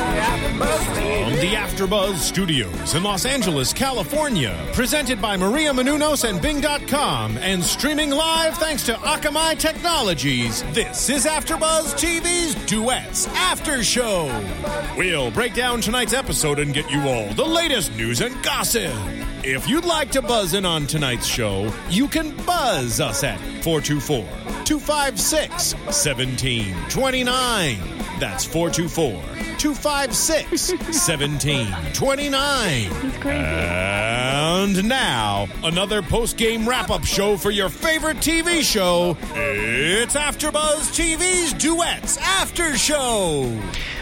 From the AfterBuzz Studios in Los Angeles, California, presented by Maria Menounos and Bing.com, and streaming live thanks to Akamai Technologies. This is AfterBuzz TV's Duets After Show. We'll break down tonight's episode and get you all the latest news and gossip. If you'd like to buzz in on tonight's show, you can buzz us at 424 256 1729. That's 424 256 1729. And now, another post game wrap up show for your favorite TV show. It's AfterBuzz TV's Duets After Show.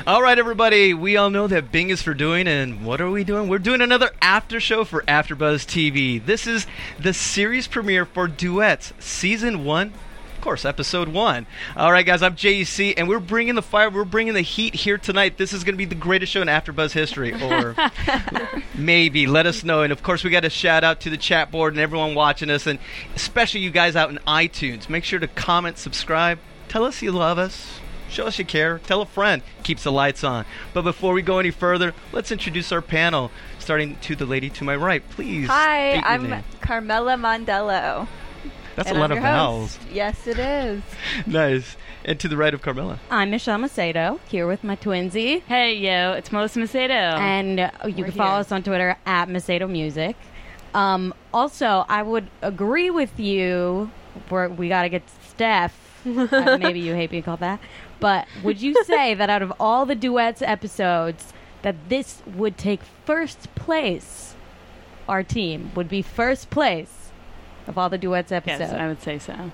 All right, everybody. We all know that Bing is for doing, and what are we doing? We're doing another after show for AfterBuzz TV. This is the series premiere for Duets Season One. Of course, episode one. All right, guys, I'm JEC, and we're bringing the fire. We're bringing the heat here tonight. This is going to be the greatest show in AfterBuzz history, or maybe. Let us know. And of course, we got a shout out to the chat board and everyone watching us, and especially you guys out in iTunes. Make sure to comment, subscribe, tell us you love us. Show us you care. Tell a friend. Keeps the lights on. But before we go any further, let's introduce our panel. Starting to the lady to my right, please. Hi, state your name. I'm Carmela Mondello. That's and a lot I'm of your vowels. host. Yes, it is. Nice. And to the right of Carmela. I'm Michelle Macedo here with my twinsy. Hey, yo, it's Melissa Macedo. And uh, you We're can follow here. us on Twitter at Macedo Music. Um, also, I would agree with you. We're, we got to get Steph. Uh, maybe you hate being called that. But would you say that out of all the duets episodes, that this would take first place? Our team would be first place of all the duets yes, episodes. I would say so.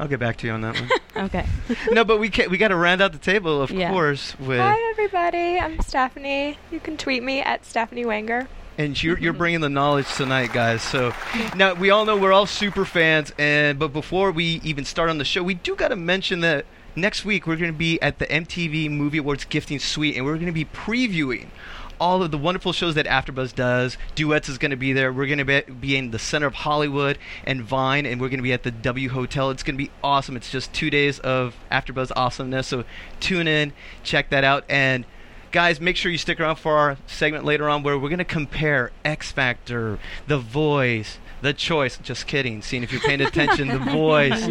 I'll get back to you on that one. okay. no, but we can, we got to round out the table, of Yeah. course. With Hi everybody, I'm Stephanie. You can tweet me at Stephanie Wanger. and you're, you're bringing the knowledge tonight, guys. So now we all know we're all super fans, and but before we even start on the show, we do got to mention that next week we're going to be at the MTV Movie Awards Gifting Suite, and we're going to be previewing all of the wonderful shows that AfterBuzz does. Duets is going to be there. We're going to be, be in the center of Hollywood and Vine, and we're going to be at the W Hotel. It's going to be awesome. It's just two days of AfterBuzz awesomeness. So tune in, check that out, and Guys, make sure you stick around for our segment later on where we're going to compare X Factor, The Voice, The Choice. Just kidding. Seeing if you're paying attention, The Voice,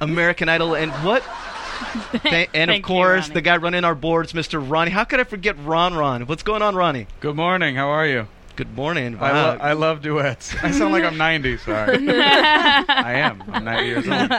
American Idol, and what? Th- Thank and of you, course, Ronnie. the guy running our boards, Mr. Ronnie. How could I forget Ron Ron? What's going on, Ronnie? Good morning. How are you? Good morning. I, Wow. lo- I love duets. I sound like I'm 90. Sorry, I am. I'm 90 years old.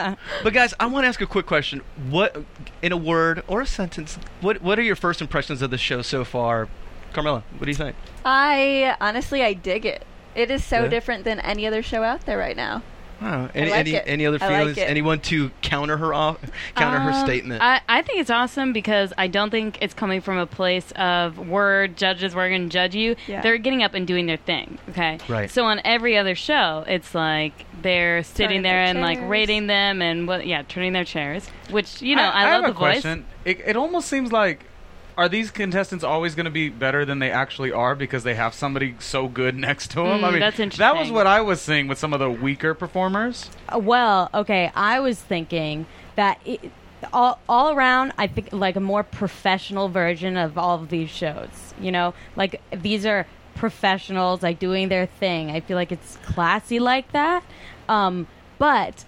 but guys, I want to ask a quick question. What, in a word or a sentence, what what are your first impressions of the show so far? Carmela, what do you think? I honestly, I dig it. It is so Yeah? different than any other show out there right now. Wow. Any like any, it. any other I like feelings? it. Anyone to counter her off? Counter her Um, statement. I, I think it's awesome because I don't think it's coming from a place of word judges we're going to judge you. Yeah. They're getting up and doing their thing. Okay. Right. So on every other show, it's like they're sitting Turning there their and like chairs. rating them and what? Yeah, turning their chairs. Which you know, I, have love a the voice. question. It, it almost seems like are these contestants always going to be better than they actually are because they have somebody so good next to them? Mm, I mean, that's That was interesting. what I was seeing with some of the weaker performers. Uh, Well, okay. I was thinking that it, all all around, I think like a more professional version of all of these shows. You know, like these are professionals like doing their thing. I feel like it's classy like that. Um, but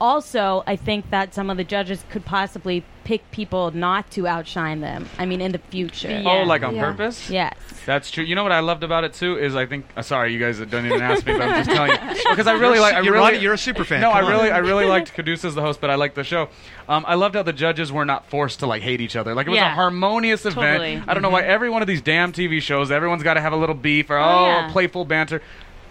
also, I think that some of the judges could possibly pick people not to outshine them. I mean, in the future. Yeah. Oh, like on Yeah. purpose? Yes. That's true. You know what I loved about it too is I think. Uh, sorry, you guys don't even ask me, but I'm just telling you because I really You're like. su- I you're really, Ronnie, you're a super fan. No, Come I on. really, I really liked Caduce as the host, but I liked the show. Um, I loved how the judges were not forced to like hate each other. Like it was Yeah. a harmonious event. Totally. Mm-hmm. I don't know why every one of these damn TV shows, everyone's got to have a little beef or oh, yeah. playful banter.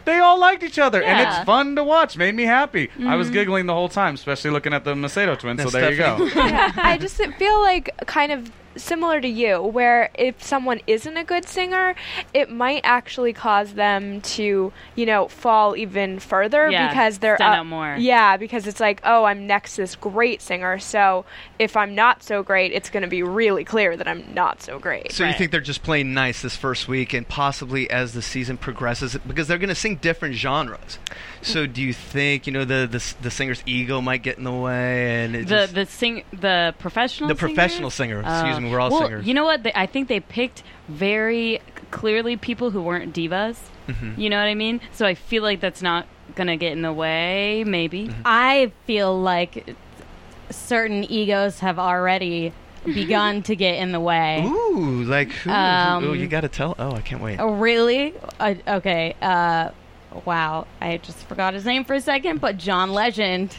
They all liked each other, and Yeah. Mm-hmm. it's fun to watch. Made me happy. I was giggling the whole time, especially looking at the Macedo twins. That's so there you go. I just feel like kind of similar to you, where if someone isn't a good singer, it might actually cause them to, you know, fall even further Yeah, because they're stand up- out more. Yeah, because it's like, oh, I'm next to this great singer, so if I'm not so great, it's going to be really clear that I'm not so great. So you Right. think they're just playing nice this first week, and possibly as the season progresses, because they're going to sing different genres. So do you think you know the the, s- the singer's ego might get in the way, and it the just- the sing the professional The singers? professional singer, excuse me, we're all well, singers. You know what? They, I think they picked very clearly people who weren't divas. Mm-hmm. You know what I mean? So I feel like that's not gonna get in the way. Maybe Mm-hmm. I feel like certain egos have already begun to get in the way. ooh, like who? Um, ooh, you got to tell. Oh, I can't wait. Oh, really? Uh, okay. Uh, wow. I just forgot his name for a second, but John Legend.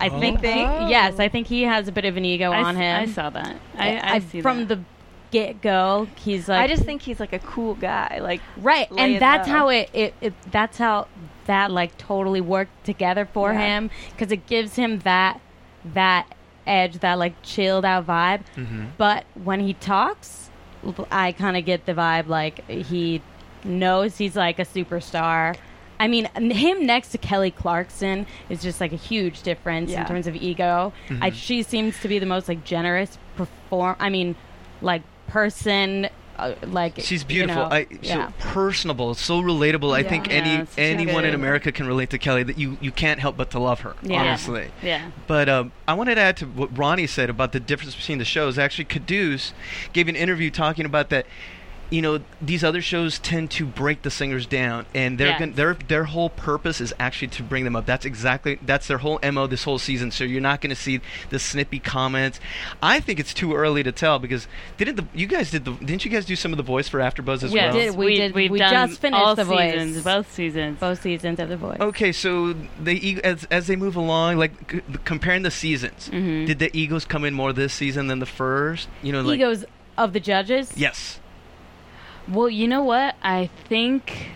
I think they. Yes, I think he has a bit of an ego Oh. I, on s- him. I saw that. I, I, see from that. the get go, he's like. I just think he's like a cool guy. Like right, lay and it that's low. how it, it, it. That's how that like totally worked together for Yeah. him because it gives him that that edge, that like chilled out vibe. Mm-hmm. But when he talks, l- I kind of get the vibe like he knows he's like a superstar. I mean, n- him next to Kelly Clarkson is just like a huge difference Yeah. Mm-hmm. in terms of ego. I, she seems to be the most like generous perform. I mean, like person. Uh, like She's you beautiful. know, I, yeah. So personable, so relatable. I think Yeah, any it's anyone in good. America can relate to Kelly. That you, you can't help but to love her. Yeah. Honestly. yeah. But um, I wanted to add to what Ronnie said about the difference between the shows. Actually, Caduce gave an interview talking about that. You know, these other shows tend to break the singers down, and they're Yes. gon- their their whole purpose is actually to bring them up. That's exactly that's their whole mo this whole season. So you're not going to see the snippy comments. I think it's too early to tell because didn't the you guys did the didn't you guys do some of the voice for AfterBuzz as Yes, well? Did- we did- We've we done just finished all The Voice. seasons, both seasons. both seasons of The Voice. Okay, so the e- as as they move along, like c- comparing the seasons, Mm-hmm. did the egos come in more this season than the first? You know, like Egos of the judges. Yes. Well, you know what? I think.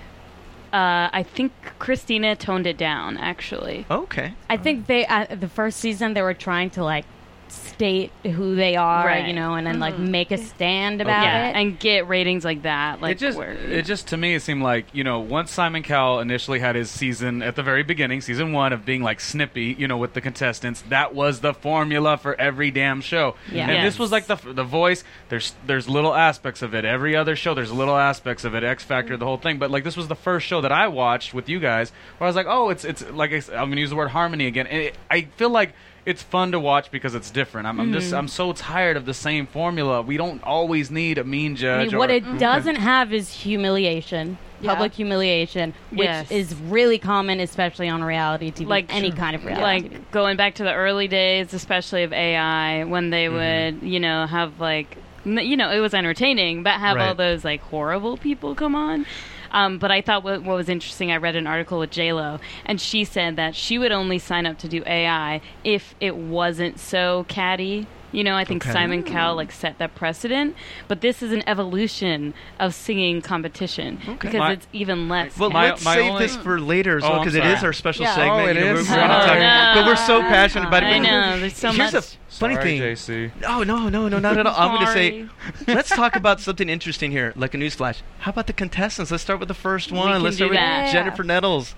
Uh, I think Christina toned it down. Actually, Okay. I think they uh, the first season they were trying to like state who they are, Right. you know, and then like make a stand about yeah, it. and get ratings like that. Like it just where- it just to me it seemed like you know once Simon Cowell initially had his season at the very beginning season one of being like snippy you know with the contestants that was the formula for every damn show Yeah. and Yes. this was like the the voice there's there's little aspects of it every other show there's little aspects of it X Factor the whole thing but like this was the first show that I watched with you guys where I was like oh it's it's like I, am gonna use the word harmony again and it, I feel like. It's fun to watch because it's different. I'm, I'm just I'm so tired of the same formula. We don't always need a mean I judge. mean, what or- it doesn't have is humiliation, Yeah. public humiliation, which Yes. is really common, especially on reality TV, Like- any kind of reality. TV. like going back to the early days, especially of AI, when they Mm-hmm. would, you know, have like, n- you know, it was entertaining, but have all Right. those like horrible people come on. Um, but I thought what, what was interesting, I read an article with JLo, and she said that she would only sign up to do AI if it wasn't so catty. You know, I think Okay. Simon Cowell like set that precedent, but this is an evolution of singing competition because My- it's even less. Well, catty. My- let's my save only- this for later as Oh, well I'm because it sorry. is our special Yeah. segment. Oh, it you know, is? We're, we're gonna Oh, talk- no. But we're so passionate about it. I But know, there's so Here's much. a funny thing. JC. No, no, no, no, not at all. I'm going to Sorry. say, let's talk about something interesting here, like a newsflash. How about the contestants? Let's start with the first one. can let's do start with that. Jennifer Nettles.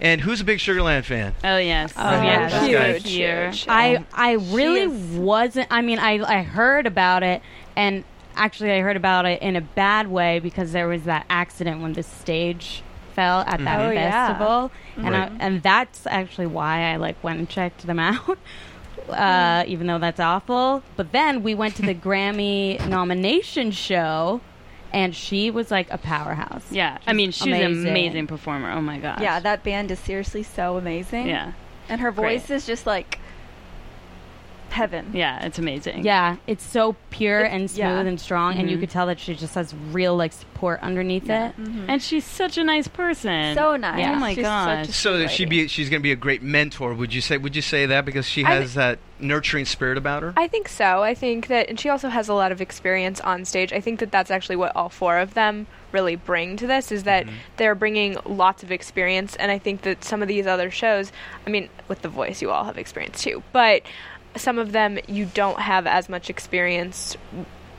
And who's a big Sugarland fan? Oh yes. Oh, yeah, that's huge, right here. huge. I I really is- wasn't. I mean, I I heard about it, and actually, I heard about it in a bad way because there was that accident when the stage fell at that Mm-hmm. Mhm. Oh, yeah. festival, and Right. I, and that's actually why I like went and checked them out. Mm. Uh, even though that's awful, but then we went to the Grammy nomination show, and she was like a powerhouse. Yeah, I mean, she's amazing. an amazing performer. Oh my gosh. yeah, that band is seriously so amazing. yeah, and her Great. voice is just like heaven. yeah, it's amazing. Yeah, it's so pure It's- and smooth yeah. Mm-hmm. and strong, and you could tell that she just has real like support underneath it. and she's such a nice person. Mm-hmm. So nice. Yeah. Oh my She's such a gosh. So sweet she'd lady. be, she's going to be a great mentor. Would you say? Would you say that because she I has that nurturing spirit about her? I think so. I think that, and she also has a lot of experience on stage. I think that that's actually what all four of them really bring to this is that they're bringing lots of experience. And I think that some of these other shows, I mean, with The Voice, you all have experience too, but some of them you don't have as much experience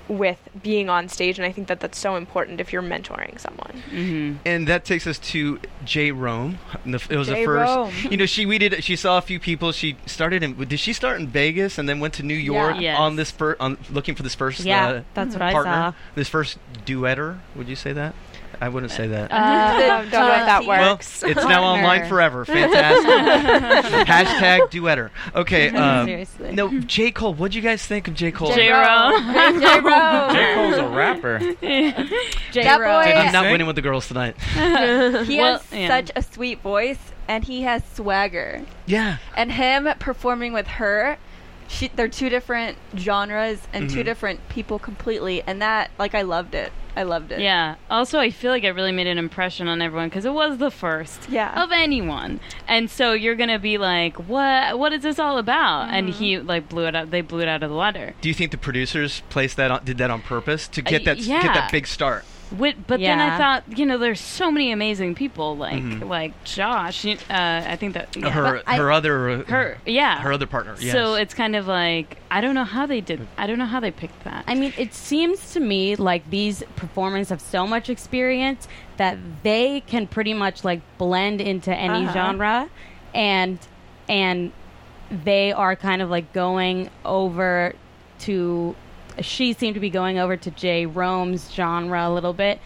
with being on stage, and I think that that's so important if you're mentoring someone. and that takes us to Jay Rome. And the- It was the Jay first. Rome. You know, she we did. She saw a few people. She started in. Did she start in Vegas and then went to New York Yes. on this first on looking for this first Yeah, uh, that's what I partner, saw. this first duetter. Would you say that? I wouldn't say that. Uh, don't know if that well, works. it's now online Uh, Partner. forever. Fantastic. Hashtag duetter. Okay. Um, Seriously. No, J Cole. What do you guys think of J Cole? J. Rome. J. Rome. J. Cole's a rapper. J. That Rose. boy- I'm not Sing? winning with the girls tonight. He Well, has yeah. such a sweet voice, and he has swagger. yeah. And him performing with her, she, they're two different genres and Mm-hmm. two different people completely. And that, like, I loved it. I loved it. Yeah. Also, I feel like it really made an impression on everyone because it was the first Yeah. of anyone, and so you're gonna be like, "What? What is this all about?" And Mm-hmm. he like blew it out. They blew it out of the water. Do you think the producers placed that on, did that on purpose to get that s- get yeah. that big start? Wh- but then I Yeah. thought, you know, there's so many amazing people like like Josh. you- Uh, I think that yeah. Mm-hmm. her I- her other uh, her yeah her other partner. Yes. So it's kind of like I don't know how they did. I don't know how they picked that. I mean, it seems to me like these performers have so much experience that they can pretty much like blend into any Uh-huh. genre, and and they are kind of like going over to. She seemed to be going over to Jay Rome's genre a little bit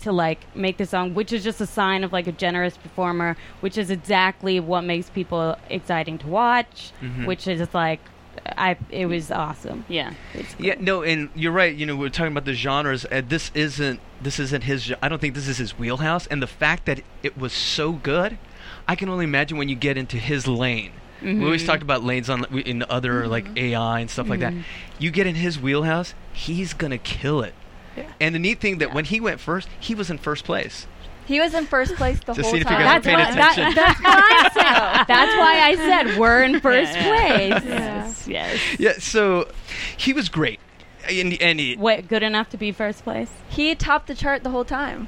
to like make the song, which is just a sign of like a generous performer, which is exactly what makes people exciting to watch. Which is like, I it was awesome. yeah. yeah, no, and you're right. You know, we're talking about the genres. Uh, this isn't this isn't his. gen- I don't think this is his wheelhouse. And the fact that it was so good, I can only imagine when you get into his lane. We always talked about lanes on we- in the other like AI and stuff like that. You get in his wheelhouse, he's gonna kill it. And the neat thing that when he went first, he was in first place. He was in first place the Just whole seeing if you guys time. are paying why- that- attention. that's what I said. uh, That's why I said we're in first Yeah. place. Yes. Yes. Yeah, so he was great. And, and he, What good enough to be first place? He topped the chart the whole time.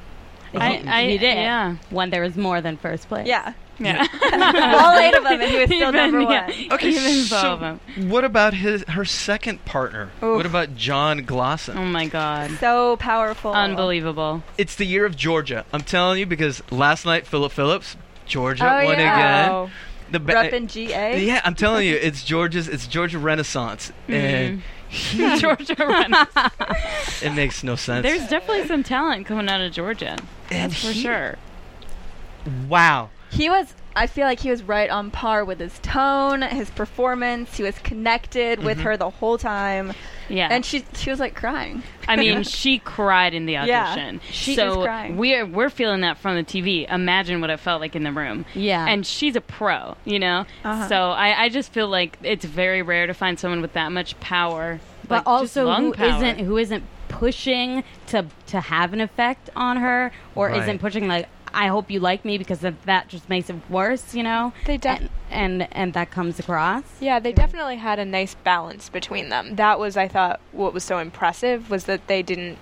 I- He- I- he did. yeah. When there was more than first place. Yeah. Yeah. All eight of them, and he was still Even- number one. yeah. Okay, Even so both of 'em. what about his her second partner? What about John Glosson? Mm. Oh my god. So powerful. Oh. Unbelievable. It's the year of Georgia. I'm telling you because last night Philip Phillips, Georgia Oh, won yeah. again. The ba- Reppin' GA. uh, yeah, I'm telling you, it's Georgia's. It's Georgia Renaissance, and he, Georgia Renaissance. it makes no sense. There's definitely some talent coming out of Georgia. and For he- sure. Wow. He was. I feel like he was right on par with his tone, his performance. He was connected with Mm-hmm. her the whole time, Yeah. and she she was like crying. I mean, she cried in the Yeah. audition. She so is crying. we're we're feeling that from the TV. Imagine what it felt like in the room. Yeah. And she's a pro, you know. So I, I just feel like it's very rare to find someone with that much power. But like, just also, lung who power. not who isn't pushing to to have an effect on her, or Right. isn't pushing like I hope you like me because that- that just makes it worse. You know. They def- and, and and that comes across. Uh, Yeah, they definitely had a nice balance between them. That was, I thought, what was so impressive was that they didn't.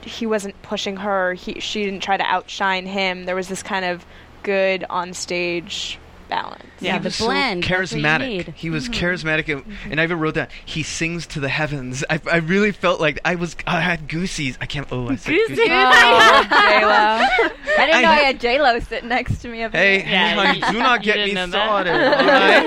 He wasn't pushing her. He she didn't try to outshine him. There was this kind of good on stage balance. Yeah, he the was blend, So that's what you charismatic. need. He was charismatic, and, and I even wrote that he sings to the heavens. I, I really felt like I was. I had goosies. I can't. Oh, I said goosies. Oh, J Lo. I didn't know I I- had J Lo sitting next to me. Over Hey, there. Yeah, hey, honey, you- do not you get didn't me know that. started. all right?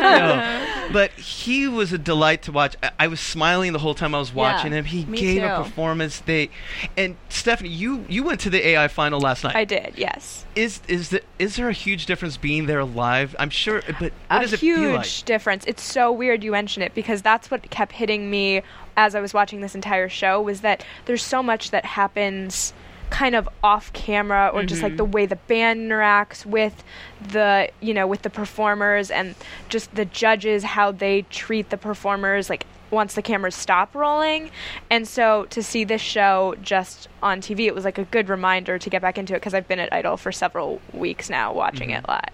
No. But he was a delight to watch. I, I was smiling the whole time I was watching him. He me gave a too. performance. They and Stephanie, you you went to the AI final last night. I did, yes. is is the, is there a huge difference being there live? I'm sure, but what a does it huge feel like? difference. It's so weird you mention it because that's what kept hitting me as I was watching this entire show was that there's so much that happens kind of off camera or just Mm-hmm. like the way the band interacts with the you know with the performers and just the judges how they treat the performers like once the cameras stop rolling and so to see this show just on TV it was like a good reminder to get back into it because I've been at Idol for several weeks now watching Mm-hmm. it live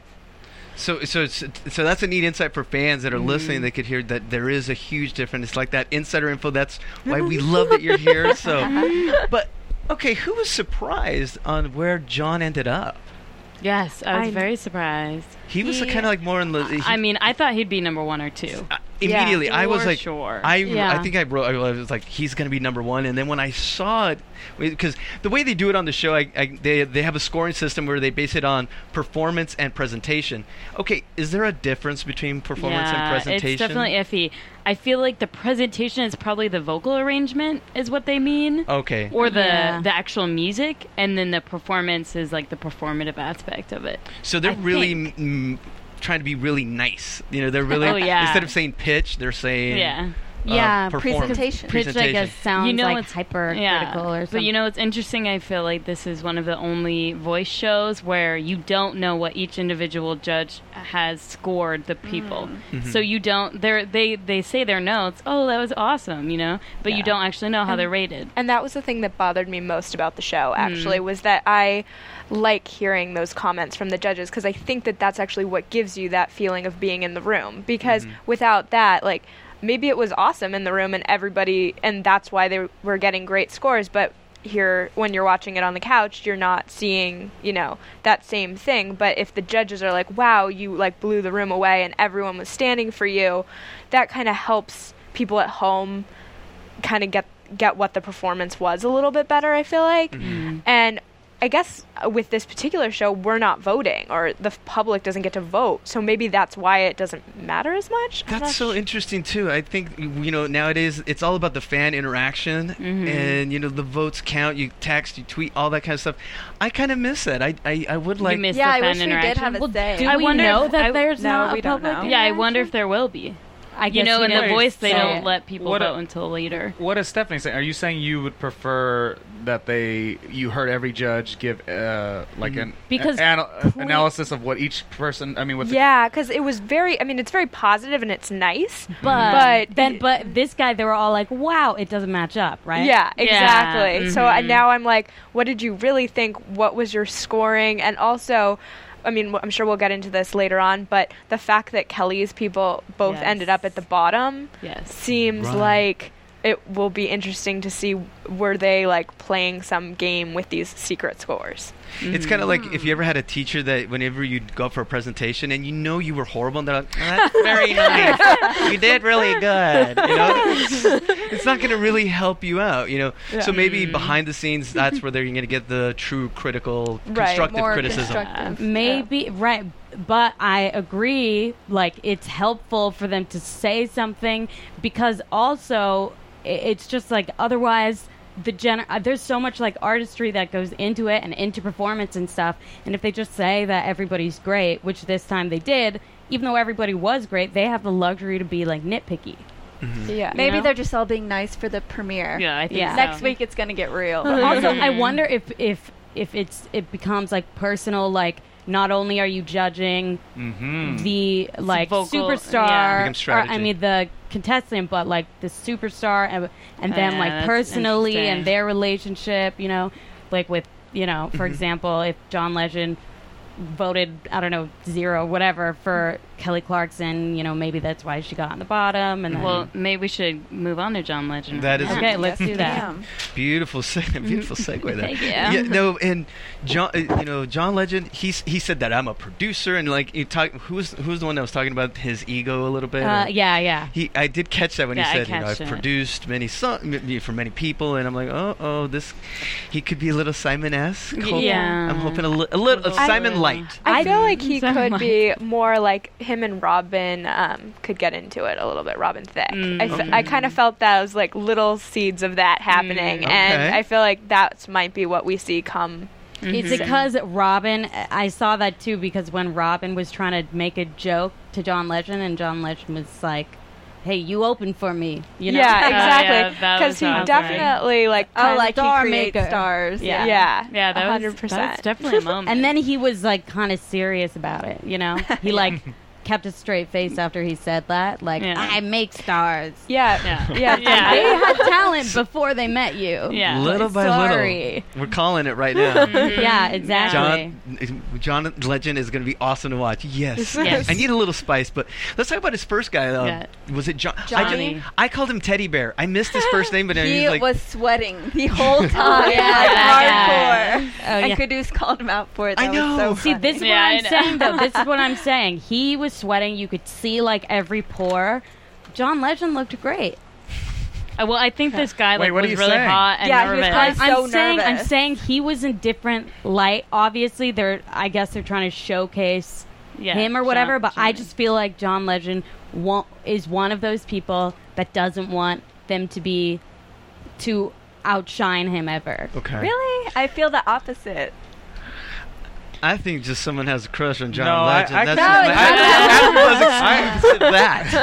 So, so, it's, so that's a neat insight for fans Mm-hmm. that are listening. They could hear that there is a huge difference. It's like that insider info. That's why we love that you're here. So, but okay, who was surprised on where John ended up? yes, I was I- very surprised. He was He- kind of like more in the. he- I mean, I thought he'd be number one or two. immediately I was For like, sure. I Yeah. I think I wrote I was like he's gonna be number one, and then when I saw it, because the way they do it on the show, I, I, they they have a scoring system where they base it on performance and presentation. Okay, is there a difference between performance yeah, and presentation? It's definitely iffy. I feel like the presentation is probably the vocal arrangement is what they mean. Okay. Or the Yeah. the actual music and then the performance is like the performative aspect of it. So they're I really think. m- m- trying to be really nice. You know, they're really Oh, yeah. instead of saying pitch, they're saying Yeah. uh, Yeah, perform- presentation. Pitch, I guess, sounds You know like it's- hyper critical or something. But you know, it's interesting. I feel like this is one of the only voice shows where you don't know what each individual judge has scored the people. Mm-hmm. So you don't. They they they say their notes. Oh, that was awesome. You know, but you Yeah. don't actually know how they're rated. And that was the thing that bothered me most about the show, actually, was that I like hearing those comments from the judges because I think that that's actually what gives you that feeling of being in the room. Because without that, like, maybe it was awesome in the room and everybody, and that's why they were getting great scores, but here when you're watching it on the couch you're not seeing you know that same thing but if the judges are like wow you like blew the room away and everyone was standing for you that kind of helps people at home kind of get get what the performance was a little bit better. I feel like, and I guess uh, with this particular show, we're not voting, or the f- public doesn't get to vote, so maybe that's why it doesn't matter as much. I'm That's not so su- interesting too. I think you know nowadays it's all about the fan interaction, and you know the votes count. You text, you tweet, all that kind of stuff. I kind of miss that. I I, I would like. you miss yeah, the I fan wish we interaction. did have a say. do I we wonder know if- that I- there's no, not we a don't public know. Oh, yeah, I wonder if there will be. I guess You know, you in the never voice, they say don't it. let people What vote a- until later. What is Stephanie saying? Are you saying you would prefer that they you heard every judge give uh, like an Because a- anal- analysis of what each person? I mean, what the Yeah, because it was very. I mean, it's very positive and it's nice, But, But- then, but this guy, they were all like, "Wow, it doesn't match up, right?" Yeah, Yeah, exactly. So I, mhm. now I'm like, what did you really think? What was your scoring? And also, I mean, wh- I'm sure we'll get into this later on, but the fact that Kelly's people both Yes. ended up at the bottom Yes. seems like it will be interesting to see were they like playing some game with these secret scores. It's kind of like if you ever had a teacher that whenever you'd go for a presentation and you know you were horrible, and they're like, "Ah, "That's very nice. You did really good." You know, it's not going to really help you out. You know, so maybe behind the scenes, that's where they're going to get the true critical, Right, constructive more criticism. constructive. Maybe right, but I agree. Like it's helpful for them to say something because also i- it's just like otherwise the gen uh, there's so much like artistry that goes into it and into performance and stuff. And if they just say that everybody's great, which this time they did, even though everybody was great, they have the luxury to be like nitpicky. Yeah. Maybe know? they're just all being nice for the premiere. Yeah, I think Yeah. so. Next week it's gonna get real. But also, I Mm-hmm. wonder if if if it's it becomes like personal, like not only are you judging the Mm-hmm. like vocal- yeah. superstar, Becomes or strategy. I mean the contestant, but like the superstar and and them Yeah, like that's personally and interesting. their relationship, you know, like with you know, for Mm-hmm. example, if John Legend voted I don't know zero whatever for Kelly Clarkson, you know, maybe that's why she got on the bottom, and then, Well, maybe we should move on to John Legend. That is a okay, let's do that. Damn. Beautiful, se- beautiful segue there. Thank you. Yeah, no, and John, uh, you know, John Legend, he's he said that I'm a producer, and like you talk, who's who's the one that was talking about his ego a little bit. Uh, or- yeah, yeah. He, I did catch that when Yeah, he I said, you know, catched I've it. produced many song m- for many people, and I'm like, oh, oh, this, he could be a little Simon-esque. Hope- yeah. I'm hoping a, li- a little I- Simon light. I feel like he so could much. be more like him and Robin um, could get into it a little bit. Robin Thicke. Mm. I, f- I kind of felt those like little seeds of that happening, Mm, and Okay. I feel like that might be what we see come. Mm-hmm. It's because Robin. I saw that too because when Robin was trying to make a joke to John Legend, and John Legend was like, "Hey, you open for me," you know? Yeah, Oh, yeah, exactly. that Because was uh, awesome. he definitely like Oh, like he Star creates maker. stars. Yeah. yeah, Yeah, that was- hundred that was percent. definitely a moment. And then he was like kind of serious about it, you know? He like kept a straight face after he said that, like, Yeah. "I make stars." Yeah, Yeah. yeah, Yeah. They had talent before they met you. Yeah. Little by Sorry. little, we're calling it right now. Yeah, Mm-hmm. exactly. John, John Legend is going to be awesome to watch. Yes. Yes. I need a little spice, but let's talk about his first guy. Um, Yeah. Was it John? I, Johnny. ju- I called him Teddy Bear. I missed his first name, but I He was like, was sweating the whole time. Oh, yeah, like, that hardcore. Oh, yeah. And Caduce called him out for it. I That was know. so See, funny. this is Yeah, I what I'm know. saying, though. This is what I'm saying. He was sweating. You could see, like, every pore. John Legend looked great. Uh, well, I think this guy like Wait, what are was you really saying? hot and Yeah, he was nervous. probably- I'm so saying I'm nervous. saying he was in different light. Obviously, they're I guess they're trying to showcase Yeah, him or John- whatever. but I John. just feel like John Legend won't, is one of those people that doesn't want them to be to outshine him ever. Okay. Really? I feel the opposite. I think just someone has a crush on John No, I- Legend. I That's can- just- No,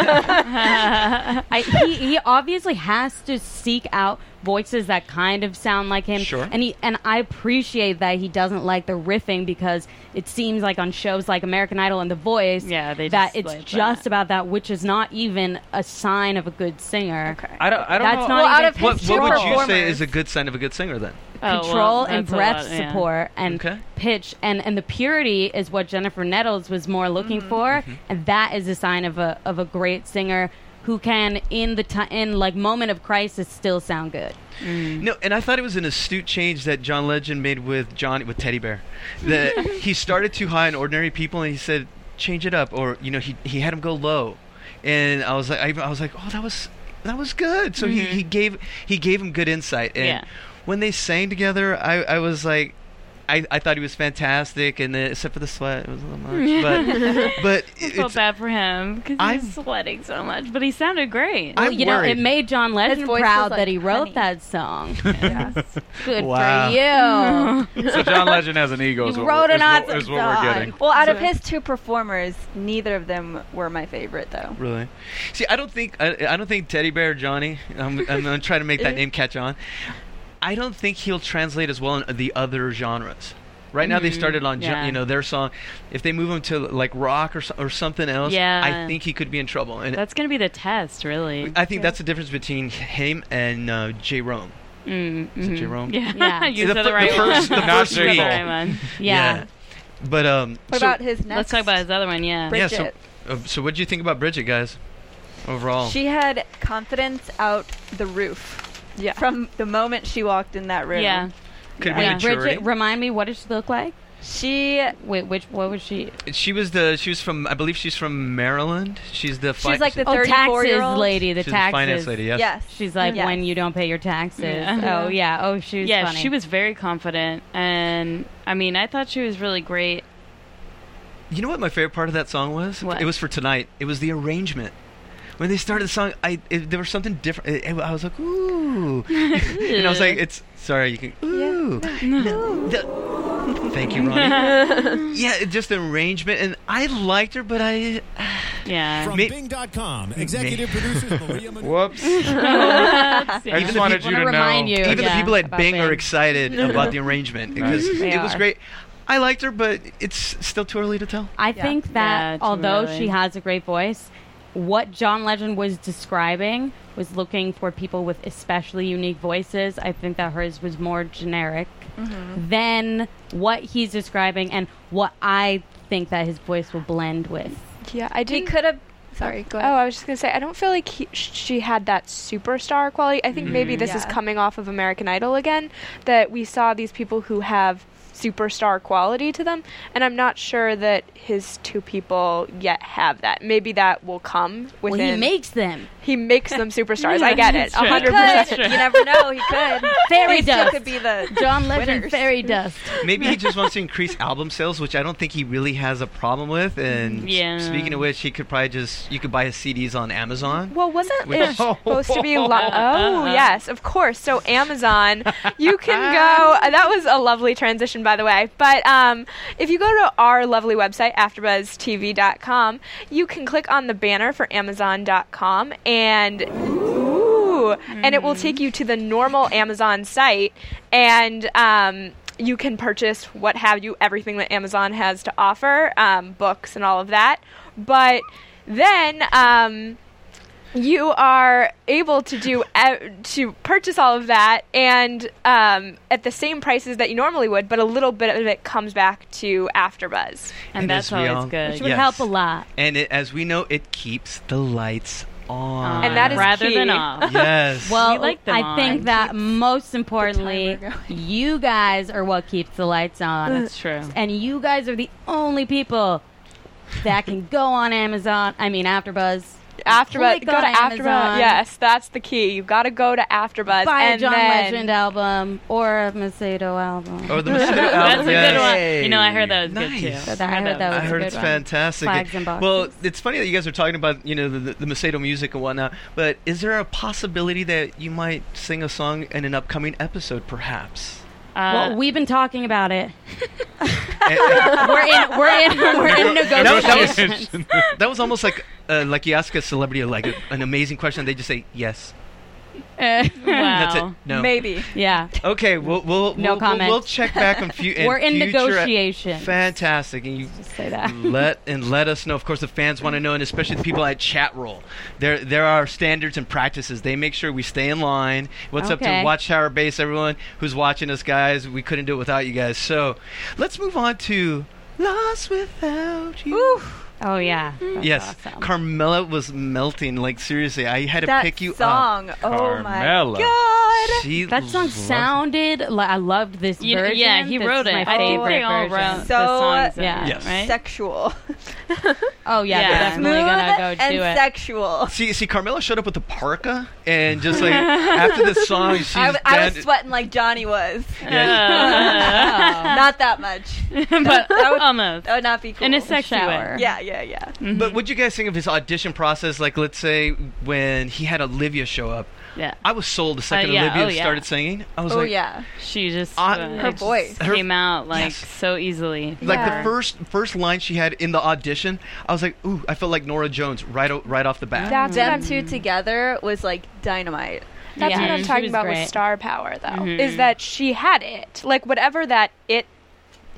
I, I, was that. I, he, he obviously has to seek out voices that kind of sound like him. Sure. And he and I appreciate that he doesn't like the riffing because it seems like on shows like American Idol and The Voice, Yeah, they that just it's like just that. about that, which is not even a sign of a good singer. Okay. I don't. I don't That's know. not well, out even of his What, two what would you say performers- is a good sign of a good singer then? Oh, control well, and that's a breath lot, yeah. support and Okay. pitch and, and the purity is what Jennifer Nettles was more looking for, Mm-hmm. and that is a sign of a of a great singer who can in the ti in like moment of crisis still sound good. No, and I thought it was an astute change that John Legend made with Johnny with Teddy Bear. That he started too high on ordinary people, and he said, "Change it up," or you know, he he had him go low, and I was like, I, I was like, oh, that was that was good. So he, he gave he gave him good insight, and Mm-hmm. Yeah. when they sang together, I I was like. I, I thought he was fantastic, and then, except for the sweat, it was a little much. But but I felt it's, bad for him because I'm- he's sweating so much, but he sounded great. I'm Well, you know, worried. it made John Legend voice was proud like that he honey. wrote that song. Good Wow. for you. So John Legend has an ego. Is You what, wrote an we're- is what- awesome is what we're song. getting. Well, out of his two performers, neither of them were my favorite, though. Really? See, I don't think I, I don't think Teddy Bear Johnny. I'm, I'm gonna try to make that name catch on. I don't think he'll translate as well in the other genres. Right now, they started on gen- yeah. you know their song. If they move him to like rock or so- or something else, Yeah. I think he could be in trouble. And That's gonna be the test, really. I think that's the difference between him and uh, J. Rome. Mm, Is it mhm. J. Rome? Yeah, Yeah. you The said fir- the the right first- one. the first You said people. right one. Yeah. But um, What so, about his next? Let's talk about his other one. Yeah. yeah. So, Bridget. uh, so what do you think about Bridget, guys? Overall, She had confidence out the roof Yeah. from the moment she walked in that room. Yeah. could Yeah. be Wait, maturity. Bridget, remind me, what did she look like? She Wait, which what was she? she was the she was from I believe she's from Maryland. She's the She's like the Oh, 34 taxes year old lady, the she's the taxes finance lady. Yes. Yes. She's like Yes. when you don't pay your taxes. Yeah. Oh yeah. Oh, she was yeah, funny. she was very confident, and I mean, I thought she was really great. You know what my favorite part of that song was? What? It was for tonight. It was the arrangement. When they started the song, I it, there was something different. It- it- I was like, ooh, and I was like, it's sorry, you can ooh. No, the- thank you, Ronnie. yeah, it- just the arrangement, and I liked her, but I Yeah. From Me- Bing.com, executive producers Maria Menounos. Whoops. I even just the wanted peop- you to remind know. you. even yeah, the people at about Bing, are excited about the arrangement because They it was are. great. I liked her, but it's still too early to tell. I Yeah. think that Yeah, too although early. she has a great voice, what John Legend was describing was looking for people with especially unique voices. I think that hers was more generic than what he's describing and what I think that his voice will blend with. Yeah, I she didn't. could have. Sorry, go Oh, ahead. I was just gonna say, I don't feel like he, sh- she had that superstar quality. I think maybe this is Yeah. coming off of American Idol again, that we saw these people who have superstar quality to them, and I'm not sure that his two people yet have that. Maybe that will come within. Well, he makes them. he makes them superstars. I get it, That's true. hundred He percent. could. You never know. He could. Fairy He still dust. could be the John Legend Winners. fairy dust. Maybe he just wants to increase album sales, which I don't think he really has a problem with. And s- Yeah. speaking of which, he could probably just you could buy his CDs on Amazon. Well, wasn't Which- it supposed to be? Lo- oh, yes, of course. So Amazon, you can go. That was a lovely transition, by the way. But um, if you go to our lovely website, AfterBuzzTV.com, you can click on the banner for Amazon.com and. Ooh, and it will take you to the normal Amazon site, and um, you can purchase what have you, everything that Amazon has to offer, um, books and all of that. But then um, you are able to do e- to purchase all of that and um, at the same prices that you normally would, but a little bit of it comes back to AfterBuzz. Oh And And that's as we always all- Which good. would Yes. help a lot. And it, as we know, it keeps the lights on. And that is rather key. than off. yes. Well, You like them I on. think that most importantly, timer going. you guys are what keeps the lights on. That's true. and you guys are the only people that can go on Amazon. I mean, AfterBuzz AfterBuzz. click Go on to AfterBuzz. Amazon. Yes, that's the key. You've got to go to AfterBuzz Buy a and John then Legend album or a Macedo album. Oh, the Macedo That's a album. good yes. one. You know, I heard that was good Nice. too. That I heard that I was a heard good it's one. fantastic. Flags and boxes. well, it's funny that you guys are talking about you know the, the, the Macedo music and whatnot. But is there a possibility that you might sing a song in an upcoming episode, perhaps? Uh, well, we've been talking about it. And- and We're in. We're in. We're in that, was, negotiations. that was- that was almost like uh, like you ask a celebrity like a, an amazing question, they just say yes. wow. That's it. No. Maybe. yeah. Okay, we'll we'll Oh. No we'll, we'll, comment. we'll check back on few. We're in future negotiations. Fantastic, and you Just say that. let and let us know. Of course, the fans want to know, and especially the people at Chatroll. There there are standards and practices. They make sure we stay in line. What's up to Okay. Watchtower Base? Everyone who's watching us, guys, we couldn't do it without you guys. So, let's move on to Lost Without You. Oh yeah. That's Yes, awesome. Carmela was melting. Like seriously, I had to That pick you up. song. Oh Carmela. my god. She That song loved- sounded like I loved this You- version. yeah, he This wrote is it. My I think favorite they all version. wrote So, the songs in yeah. it, Yes. right? Sexual. Oh yeah, Yeah. they're definitely gonna Smooth go do and it. sexual. See, see, Carmela showed up with a parka, and just like after this song, she's I, w- I was been- sweating like Johnny was. Oh. Uh, Not that much. but almost. That would not be cool. In a sexy Shower. way. Yeah, yeah, yeah. But what'd you guys think of his audition process? Like, let's say when he had Olivia show up, Yeah. I was sold Uh, the second yeah, Olivia oh, yeah. started singing. I was Oh like, yeah. She just I- uh, Her just voice. Her- came out like Yes. so easily. Like Yeah. the first first line she had in the audition, I was like, ooh, I felt like Nora Jones right o- right off the bat. that's what Them I'm, two together was like dynamite. that's Yeah. what I'm She talking was about great. with star power though. Is that she had it. Like whatever that it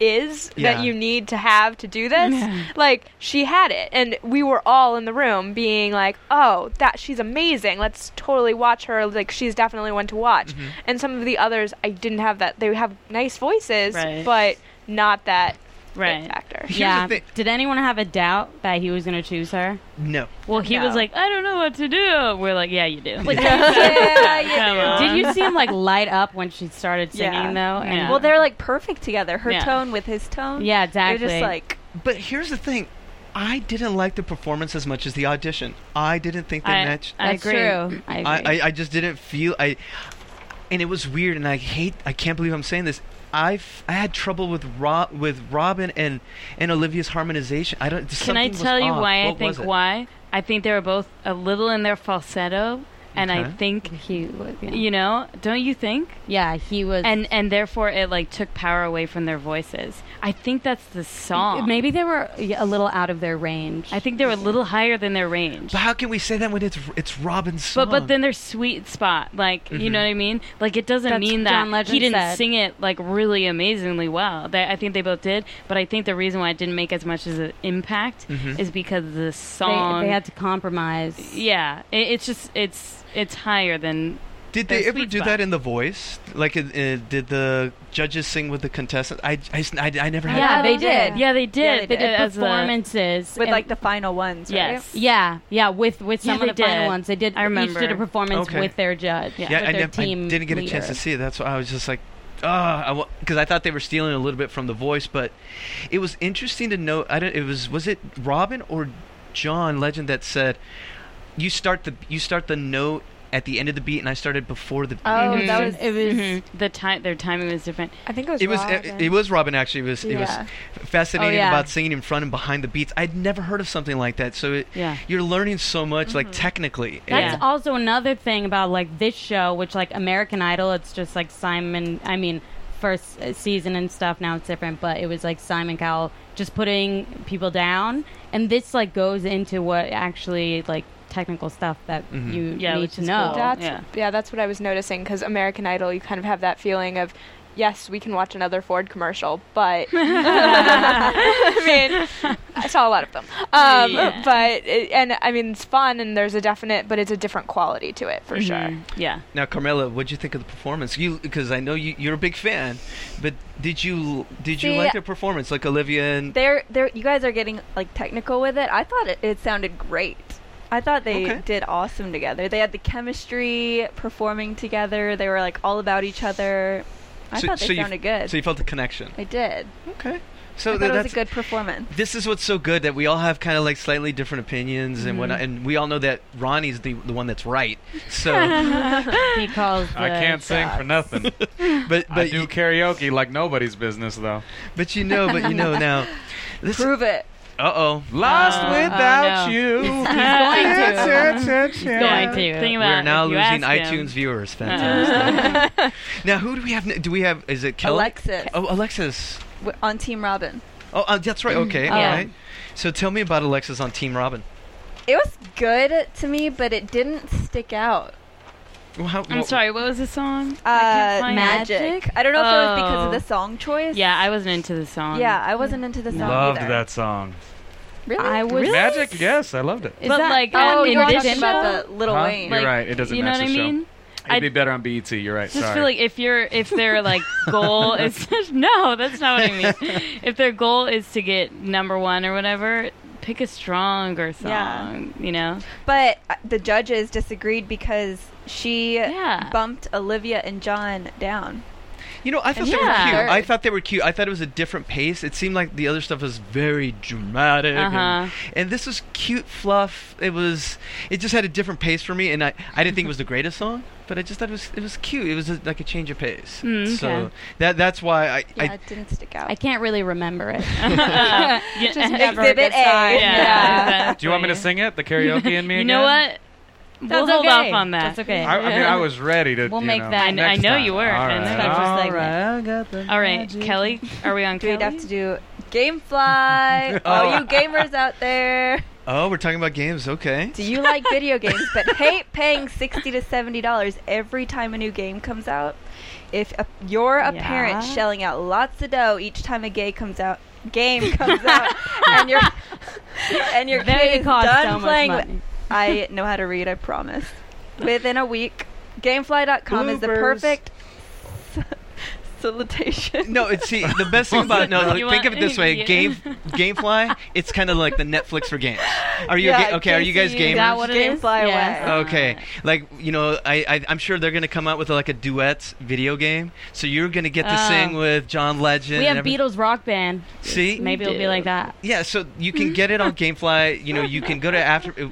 is Yeah. that you need to have to do this. Like she had it and we were all in the room being like, "Oh, that she's amazing. Let's totally watch her. Like she's definitely one to watch." Mm-hmm. And some of the others I didn't have that. They have nice voices, Right. but not that Right. it factor. Here's yeah. the thing- Did anyone have a doubt that he was gonna choose her? No. Well, he was No. like, I don't know what to do. We're like, yeah, you do. yeah, Come on. Did you see him like light up when she started singing though? And- Yeah. Well, they're like perfect together. Her Yeah. tone with his tone. Yeah, They're just exactly. like But here's the thing. I didn't like the performance as much as the audition. I didn't think they I, matched. I That's agree. true. I agree. I, I, I just didn't feel I, and it was weird. And I hate. I can't believe I'm saying this. I have I had trouble with Rob with Robin and and Olivia's harmonization. I don't. Can I tell you why I think why? I think they were both a little in their falsetto, and I Okay. think he was, yeah. you know, don't you think? yeah, he was. And and therefore it like took power away from their voices. I think that's the song. maybe they were yeah, a little out of their range. I think they were a little higher than their range. But how can we say that when it's it's Robin's song? Mm-hmm. But but then their sweet spot, like you know what I mean. Like it doesn't That's mean what that John Legend he didn't said. sing it like really amazingly well. They, I think they both did. But I think the reason why it didn't make as much as an impact Mm-hmm. is because the they, song. they had to compromise. yeah, it, it's just it's it's higher than. did their they ever sweet do spot. that in The Voice? Like, uh, uh, did the judges sing with the contestants? I I, s- I- I never had. Yeah, they did. Yeah, they did. they did. uh, as a- performances with and- like the final ones. Right? yes. Yeah, yeah, with with some Yeah, of they the final did. ones, they did. I remember. each did a performance Okay. with their judge. Yeah, Yeah, with I, their nev- I team didn't get a chance leader. to see it. That's why I was just like, ah, because I, thought they were stealing a little bit from the voice, but it was interesting to note. I don't. It was was it Robin or John Legend that said, "You start the you start the note at the end of the beat, and I started before the." Oh, that was it was Mhm. The time, their timing was different. I think it was Mm-hmm. It was Robin. it, it was Robin actually. It was it Yeah. was fascinating Oh, yeah. about singing in front and behind the beats. I'd never heard of something like that. So it, Yeah. you're learning so much, like technically. That's Yeah. also another thing about like this show, which like American Idol, it's just like Simon. I mean, first uh, season and stuff. Now it's different, but it was like Simon Cowell just putting people down, and this like goes into what actually like technical stuff that you Yeah, need which to is know. cool. That's Yeah. yeah. that's what I was noticing because American Idol, you kind of have that feeling of, yes, we can watch another Ford commercial, but I mean, I saw a lot of them. Um, Yeah. But it, and I mean, it's fun and there's a definite, but it's a different quality to it for Mm-hmm. sure. Yeah. Now, Carmela, what'd you think of the performance? You because I know you, you're a big fan, but did you did you See, like the performance? Like Olivia and They're they're you guys are getting like technical with it. I thought it, it sounded great. I thought they Okay. did awesome together. They had the chemistry performing together. They were like all about each other. I thought they you, sounded good. So you felt the connection. I did. Okay. So Mm-hmm. I th- thought it was that's a good performance. this is what's so good that we all have kind of like slightly different opinions and Mm-hmm. whatnot, and we all know that Ronnie's the the one that's right. So, He calls. I the can't sing shots. for nothing. but I but do you, karaoke like nobody's business, though. but you know, but you know now. This, uh Prove it. oh, Lost Oh, without no. you. He's going to. Think about we're now if you losing ask him. iTunes viewers. Fantastic. now, who do we have? n- Do we have? Is it Kelly? Alexis Oh, Alexis. w- on Team Robin. Oh, uh, that's Mm. right. Okay, all Yeah. right. So tell me about Alexis on Team Robin. It was good to me, but it didn't stick out. Well, how- I'm well, sorry, what was the song? I can't Uh, find it. magic. I don't know if it was because Oh. of the song choice. Yeah, I wasn't into the song. Yeah, I wasn't into the song Loved either. that song. Really? I was. Magic, yes, I loved it. Is But, that- like, oh, Um, in you're this talking about show? the Little Huh? Wayne. You're Like, right. It doesn't you know match what I the show. mean? It'd be better on BET. You're right. Just sorry. feel like if you're if their like goal is no, that's not what I mean. if their goal is to get number one or whatever, pick a stronger song. Yeah. You know, But uh, the judges disagreed because she Yeah. bumped Olivia and John down. You know, I thought they were Yeah. cute. Third. I thought they were cute. I thought it was a different pace. It seemed like the other stuff was very dramatic, and, Uh-huh. and this was cute fluff. It was, it just had a different pace for me, and I, I didn't think it was the greatest song, but I just thought it was, it was cute. It was a, like a change of pace. Mm, So okay. that that's why I, I Yeah, it didn't stick out. I can't really remember it. Yeah, Just yeah, never a good Exhibit A. sign. Do you want me to exactly. sing it? The karaoke in me. You know again? what? We'll That's hold okay. off on that. That's okay. I, I mean, I was ready to. We'll you make know, that- I, kn- I next know time. you were. All I know right. you Special were. segment. All right, Kelly, are we on We'd Kelly? have to do GameFly. All you gamers out there, oh, we're talking about games. Okay. do you like video games but hate paying sixty to seventy dollars every time a new game comes out? If a, you're a parent Yeah. shelling out lots of dough each time a gay comes out game comes out, and your and your They kid is cost done so much playing, with- money. I know how to read, I promise. Within a week, Gamefly.com is the Bloopers. perfect solicitation. No, it's see the best thing about no. You Look, think want- of it this way: yeah. game, GameFly. It's kind of like the Netflix for games. Are you Yeah, ga- okay? Are you guys Casey, gamers? is that what it is? Gamefly Yes. away. Okay, like you know, I, I I'm sure they're gonna come out with like a duet video game. So you're gonna get to Oh. sing with John Legend. We and have every- Beatles rock band. See, Maybe it'll be like that. yeah. So you can get it on GameFly. You know, you can go to after. uh,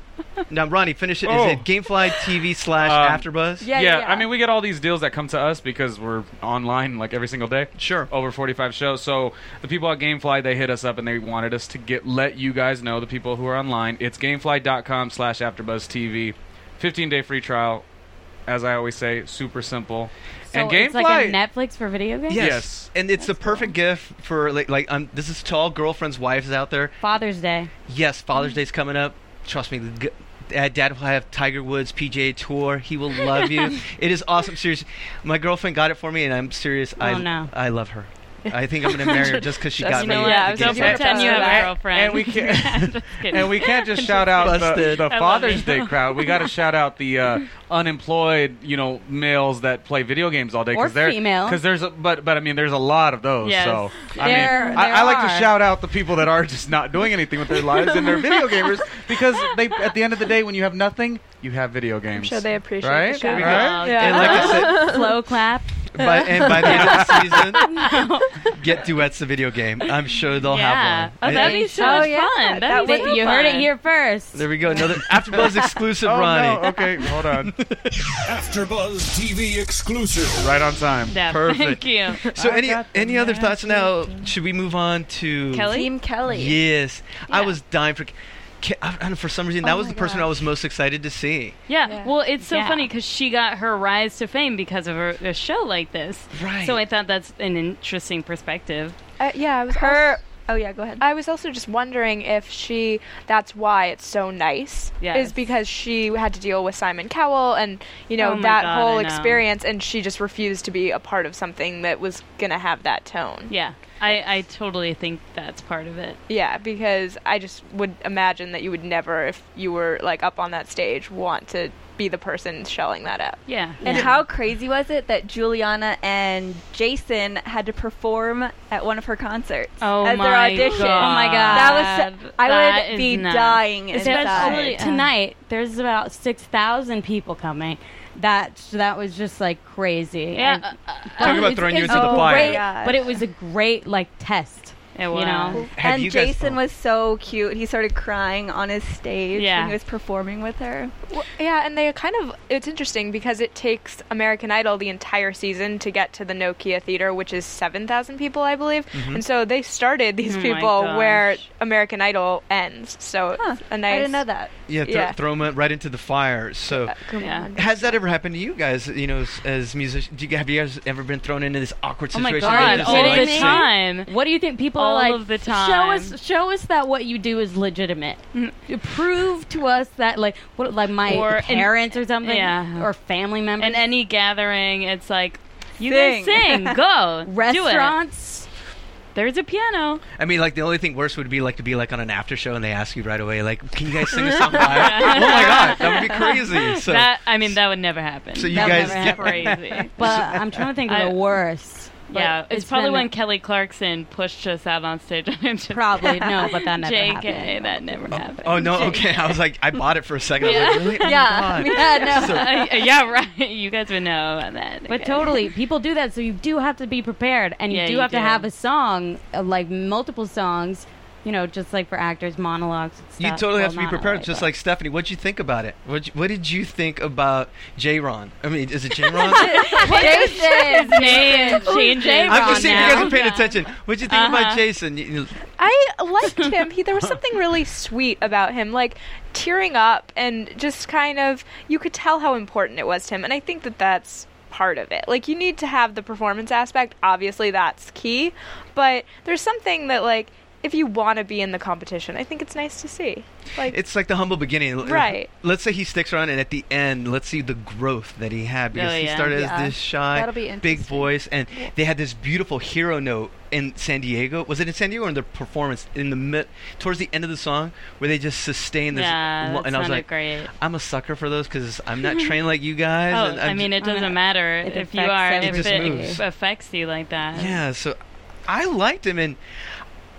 Now, Ronnie, finish it. Is Oh. it GameFly TV slash Um, AfterBuzz? Yeah, yeah, yeah. I mean, we get all these deals that come to us because we're online like every single day. Sure. Over 45 shows. So the people at GameFly, they hit us up and they wanted us to get let you guys know, the people who are online, it's gamefly.com slash AfterBuzzTV. 15-day free trial. As I always say, super simple. So and it's like GameFly... a Netflix for video games. Yes. Yes. and it's the perfect gift for like like um, this is to all girlfriends, wives out there. Father's Day. Yes, Father's Day's coming up. Trust me, g- Dad, Dad will have Tiger Woods PGA Tour. He will love you. it is awesome. Serious, my girlfriend got it for me, and I'm serious. I Oh, no. I love her. I think I'm gonna marry her just because she got You me. know the what? I was game Don't set. pretend you have And- a girlfriend. and we can't- Just kidding. And we can't just shout out the, Busted. the love Father's it. Day crowd. We got to shout out the uh, unemployed, you know, males that play video games all day Or they're female. Because there's, a, but but I mean, there's a lot of those. Yes. So I There- mean, I, there I like to are. shout out the people that are just not doing anything with their lives and they're video gamers because they, at the end of the day, when you have nothing, you have video games. I'm sure they appreciate right? the show. Right? Right? And like I said, Slow clap. by, and by the end of the season, get duets the video game. I'm sure they'll yeah. have Oh, one. that'd And- be so Oh, much yeah, fun. That'd that be would so be- You fun. heard it here first. there we go. Another AfterBuzz exclusive, Oh, Ronnie. no. Okay, hold on. AfterBuzz TV exclusive. right on time. Yeah, Perfect. Thank you. So, I any got the any other thoughts magic now? Should we move on to Kelly? Team Kelly. Yes, I Yeah. was dying for. Ke- I don't know, for some reason, that Oh was my the person I was most excited to see. Yeah. Yeah. Well, it's so Yeah. funny because she got her rise to fame because of a, a show like this. Right. So I thought that's an interesting perspective. Uh, yeah, I was Her. Oh yeah, go ahead. I was also just wondering if she that's why it's so nice Yes. is because she had to deal with Simon Cowell and you know Oh my that God, I whole know. experience and she just refused to be a part of something that was going to have that tone. Yeah. I, I totally think that's part of it. Yeah, because I just would imagine that you would never if you were like up on that stage want to be the person shelling that out. Yeah. And Yeah. how crazy was it that Juliana and Jason had to perform at one of her concerts Oh as their my audition? God. Oh my God. That was. I That would is be nuts. dying Especially uh, inside. tonight, there's about six thousand people coming. That that was just like crazy. Yeah. And- uh, Oh uh, Talk about It's- throwing you it's into the great, fire. gosh. But it was a great like test. It You know. was. Have and you guys- Jason was so cute. He started crying on his stage Yeah. when he was performing with her. Well, yeah, and they kind of it's interesting because it takes American Idol the entire season to get to the Nokia Theater, which is 7,000 people, I believe. And so they started these Oh my people where gosh. American Idol ends. So Huh. it's a nice I didn't know that. Yeah, thro- Yeah. throw them right into the fire. So, Come Yeah. on. has that ever happened to you guys? You know, as, as musicians, do you, have you guys ever been thrown into this awkward Oh situation? my where you're god, just all like, the say- time. What do you think people All are like? of the Show time. Mm. us, show us that what you do is legitimate. You Prove to us that, like, what, like my Or in- parents or something, Yeah. or family members, In any gathering, it's like, you Sing. guys sing, go, do restaurants. it. There's a piano. I mean, like the only thing worse would be like to be like on an after show and they ask you right away, like, "Can you guys sing a song live?" oh my god, that would be crazy. So, that I mean, that would never happen. so you that would guys, never yeah. happen. crazy. But I'm trying to think I- of the worst. But yeah, it's, probably been- when Kelly Clarkson pushed us out on stage. I'm just- Probably no, but that never JK, happened. that never happened. Oh no, okay. I was like, I bought it for a second. I was like, really? Oh my Yeah. God. yeah, no. Uh, uh, yeah, right. You guys would know about that. But Okay. totally, people do that. So you do have to be prepared, and you Yeah, do you have do. to have a song, uh, like multiple songs. You know, just like for actors, monologues. And stuff. You totally Well, have to be not prepared, really, just but- like Stephanie. What'd you think about it? What'd you, what did you think about J. Ron? I mean, is it J. Ron? Jason. his name Oh, changes. I'm just seeing if you guys now. are paying attention. What'd you think about Uh-huh. Jason? You- you- I liked him. He there was something really sweet about him, like tearing up and just kind of you could tell how important it was to him. And I think that that's part of it. Like you need to have the performance aspect. Obviously, that's key. But there's something that like if you want to be in the competition, I think it's nice to see. Like It's like the humble beginning. L- Right. Let's say he sticks around, and at the end, let's see the growth that he had because Oh, he yeah. started Yeah. as this shy, That'll be big interesting. voice, and they had this beautiful hero note in San Diego. Was it in San Diego or in the performance in the mid, towards the end of the song where they just sustain this? Yeah, lo- that and I was sounded like, great. I'm a sucker for those because I'm not trained like you guys. Oh, and I I'm mean, ju- it doesn't Uh, matter it if you affects are if everything. It it just moves. affects you like that. yeah. So I liked him, and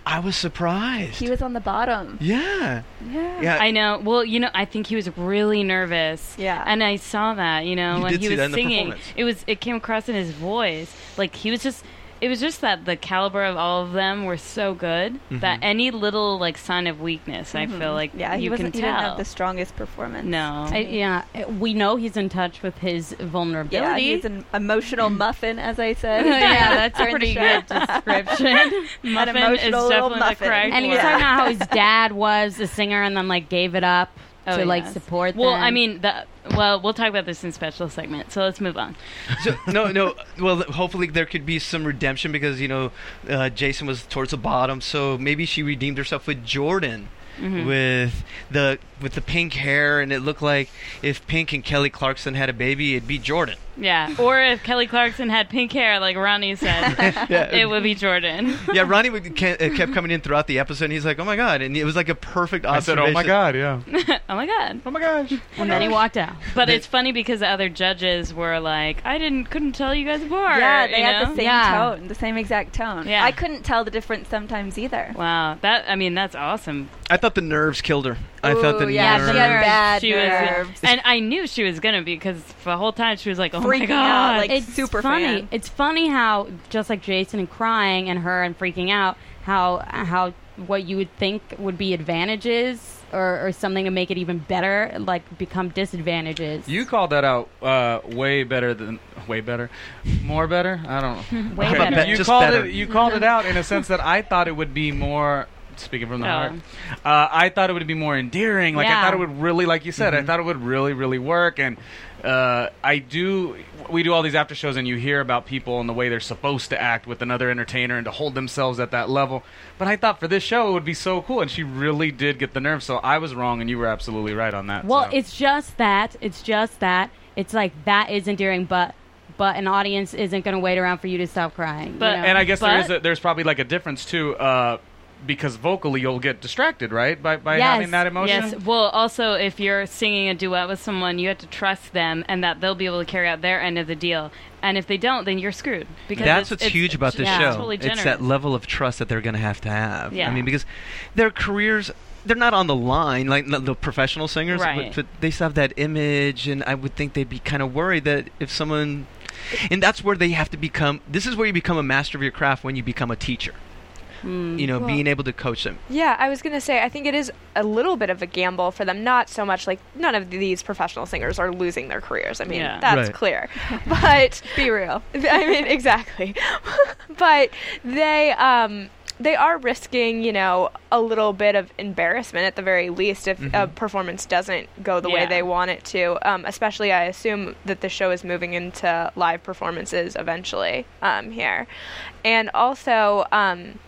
I was surprised. He was on the bottom. yeah, Yeah. yeah. I know. Well, you know, I think he was really nervous. Yeah. And I saw that, you know, You when did he see was that in the singing. performance. It was it came across in his voice. Like he was just it was just that the caliber of all of them were so good Mm-hmm. that any little like sign of weakness, I feel like Mm-hmm. Yeah, he you can wasn't. He didn't tell. have the strongest performance. no. I, yeah, uh, we know he's in touch with his Yeah, vulnerability. he's an emotional muffin, as I said. Yeah, that's a During the pretty show. good description. Muffin is emotional little definitely muffin. the correct and he was word. Yeah. talking about how his dad was a singer and then like gave it up Oh, to like yes. support. Well, them. I mean, the, well, we'll talk about this in special segment. So let's move on. So, no, no. Well, hopefully there could be some redemption because you know uh, Jason was towards the bottom, so maybe she redeemed herself with Jordan, Mm-hmm. with the with the pink hair, and it looked like if Pink and Kelly Clarkson had a baby, it'd be Jordan. Yeah. Or if Kelly Clarkson had pink hair, like Ronnie said, it would be Jordan. yeah, Ronnie would, ke- uh, kept coming in throughout the episode. and He's like, "Oh my god!" And it was like a perfect I said, observation. oh my god, yeah. oh my god. Oh my gosh. and then he walked out. But it's funny because the other judges were like, I didn't couldn't tell you guys apart. Yeah, they you had know? the same Yeah. tone, the same exact tone. Yeah. I couldn't tell the difference sometimes either. Wow, that I mean that's awesome. I thought the nerves killed her. I thought the Ooh, yeah, nerves. she had bad She nerves. was, and I knew she was gonna be because the whole time she was like, "Oh my Freaking out, god!" like, super funny. fan. It's funny how just like Jason and crying and her and freaking out, how how what you would think would be advantages or, or something to make it even better, like become disadvantages. You called that out uh, way better than way better, more better. I don't. know. Way Okay. better. Bet- You just called better. it. You called it out in a sense that I thought it would be more. Speaking from the Oh. heart, uh, I thought it would be more endearing. Like I Yeah. thought it would really, like you said, Mm-hmm. I thought it would really, really work. And uh, I do. We do all these after shows, and you hear about people and the way they're supposed to act with another entertainer and to hold themselves at that level. But I thought for this show it would be so cool, and she really did get the nerve. So I was wrong, and you were absolutely right on that. Well, so. it's just that. It's just that. It's like that is endearing, but but an audience isn't going to wait around for you to stop crying. you But- know? and I guess there is But- a, there's probably like a difference too, uh, because vocally you'll get distracted, right? By by Yes, having that emotion. Yes. Well, also, if you're singing a duet with someone, you have to trust them and that they'll be able to carry out their end of the deal. And if they don't, then you're screwed. Because That's it's- what's it's- huge about it's this just show. Totally it's that generous. level of trust that they're going to have to have. I Yeah. mean, because their careers. They're not on the line like n- the professional singers, Right. but, but they still have that image, and I would think they'd be kind of worried that if someone, and that's where they have to become. This is where you become a master of your craft when you become a teacher. Hmm. you know, Well- being able to coach them. Yeah, I was gonna say I think it is a little bit of a gamble for them. Not so much like none of these professional singers are losing their careers. I mean, Yeah. that's Right. clear. But Be real. I mean, exactly. but they um, they are risking, you know, a little bit of embarrassment at the very least if a performance doesn't go the way Yeah. they want it to. Um, especially, I assume that the show is moving into live performances eventually um, here, and also. Um,